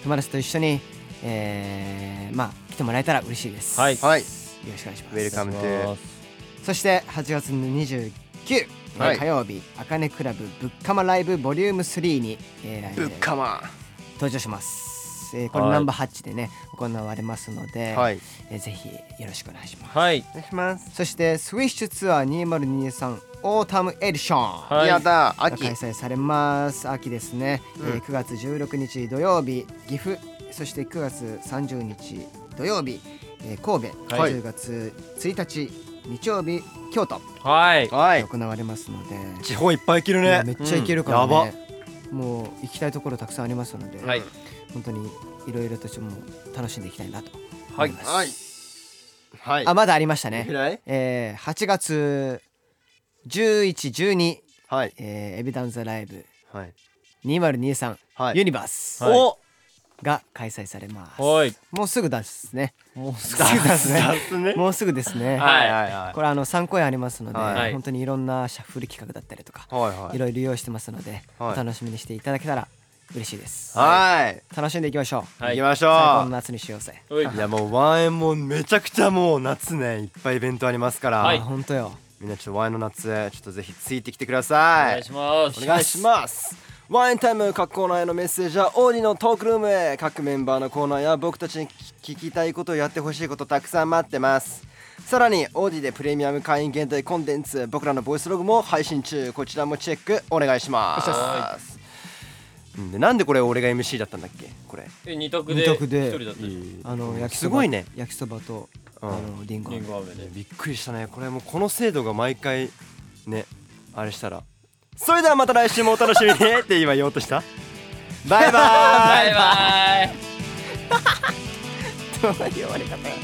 Speaker 3: 友達と一緒に、えーまあ来てもらえたら嬉しいです。
Speaker 2: はい
Speaker 4: はい
Speaker 3: よろしくお願いします。
Speaker 4: ウェルカムトゥ
Speaker 3: そして8月29、
Speaker 4: はい
Speaker 3: 火曜日、あかねクラブぶっかまライブボリューム3に、え
Speaker 4: ぶ
Speaker 3: ー
Speaker 4: っかま
Speaker 3: 登場します。えーこれ
Speaker 2: はい
Speaker 3: ナンバー8でね、行われますので、
Speaker 4: はい
Speaker 3: えーぜひよろしくお願いします。
Speaker 2: はい
Speaker 4: お願いします
Speaker 3: そしてスウィッシュツアー2023オータムエディション。
Speaker 2: はい
Speaker 4: やだ
Speaker 3: が
Speaker 4: 秋
Speaker 3: 開催されます秋ですね、えー9月16日土曜日岐阜そして9月30日土曜日、えー神戸、
Speaker 4: はい
Speaker 3: 10月1日日曜日京都
Speaker 2: はい
Speaker 4: はい
Speaker 3: 行われますので、
Speaker 1: 地方いっぱい着る
Speaker 3: いや
Speaker 1: ね
Speaker 3: めっちゃ行けるから
Speaker 4: うんや
Speaker 3: ね、もう行きたいところたくさんありますので、
Speaker 2: はい
Speaker 3: 本当にいろいろとしても楽しんでいきたいなと
Speaker 2: は
Speaker 3: 思
Speaker 2: い
Speaker 3: います、
Speaker 4: はいはい
Speaker 3: あまだありましたね、
Speaker 4: はい
Speaker 3: えー、8月1112、
Speaker 4: はい
Speaker 3: えー、エビダンスライブ
Speaker 4: はい
Speaker 3: 2023、
Speaker 4: はい
Speaker 3: ユニバース、
Speaker 2: はい
Speaker 3: おが開催されます
Speaker 2: はい
Speaker 3: もうすぐですね
Speaker 2: もうす
Speaker 3: すぐですね
Speaker 4: すね
Speaker 3: もうすぐですね、
Speaker 2: はい
Speaker 4: はい
Speaker 3: これあの3公演ありますので、
Speaker 4: はい
Speaker 3: 本当にいろんなシャッフル企画だったりとか、
Speaker 4: はいはい
Speaker 3: いろいろ用意してますので、
Speaker 4: はい
Speaker 3: お楽しみにしていただけたら嬉しいです、
Speaker 4: はい
Speaker 3: 楽しんでいきましょう
Speaker 2: は
Speaker 4: 行
Speaker 2: い
Speaker 4: きまし
Speaker 3: 最高の
Speaker 4: ょ
Speaker 3: 夏にしようぜ
Speaker 2: はい
Speaker 4: いやもうワンエンもめちゃくちゃもう夏ねいっぱいイベントありますから、
Speaker 2: は
Speaker 3: あ
Speaker 2: い
Speaker 3: 本当よ
Speaker 4: みんなちょっとワンエンの夏ちょっとぜひついてきてくだ
Speaker 2: お
Speaker 4: さ
Speaker 2: 願
Speaker 4: い
Speaker 2: いします
Speaker 4: お願いします
Speaker 1: ワンエンタイム各コーナーへのメッセージはオーディのトークルームへ各メンバーのコーナーや僕たちに聞きたいことをやってほしいことたくさん待ってますさらにオーディでプレミアム会員限定コンテンツ僕らのボイスログも配信中こちらもチェックお願いしますうんでなんでこれ俺が MC だったんだっけこれ
Speaker 2: え二択で
Speaker 3: 二
Speaker 2: 一
Speaker 3: 択で
Speaker 2: 人だったり
Speaker 3: あの焼きそ
Speaker 4: す
Speaker 3: ば
Speaker 4: ごいね
Speaker 3: 焼きそばと、
Speaker 4: うん
Speaker 3: あのリンゴ
Speaker 2: リンゴ飴で
Speaker 1: びっくりしたねこれもうこの制度が毎回ねあれしたらそれではまた来週もお楽しみにって今言おうとしたバイバーイ
Speaker 2: バイバイ
Speaker 3: どういう終わり方や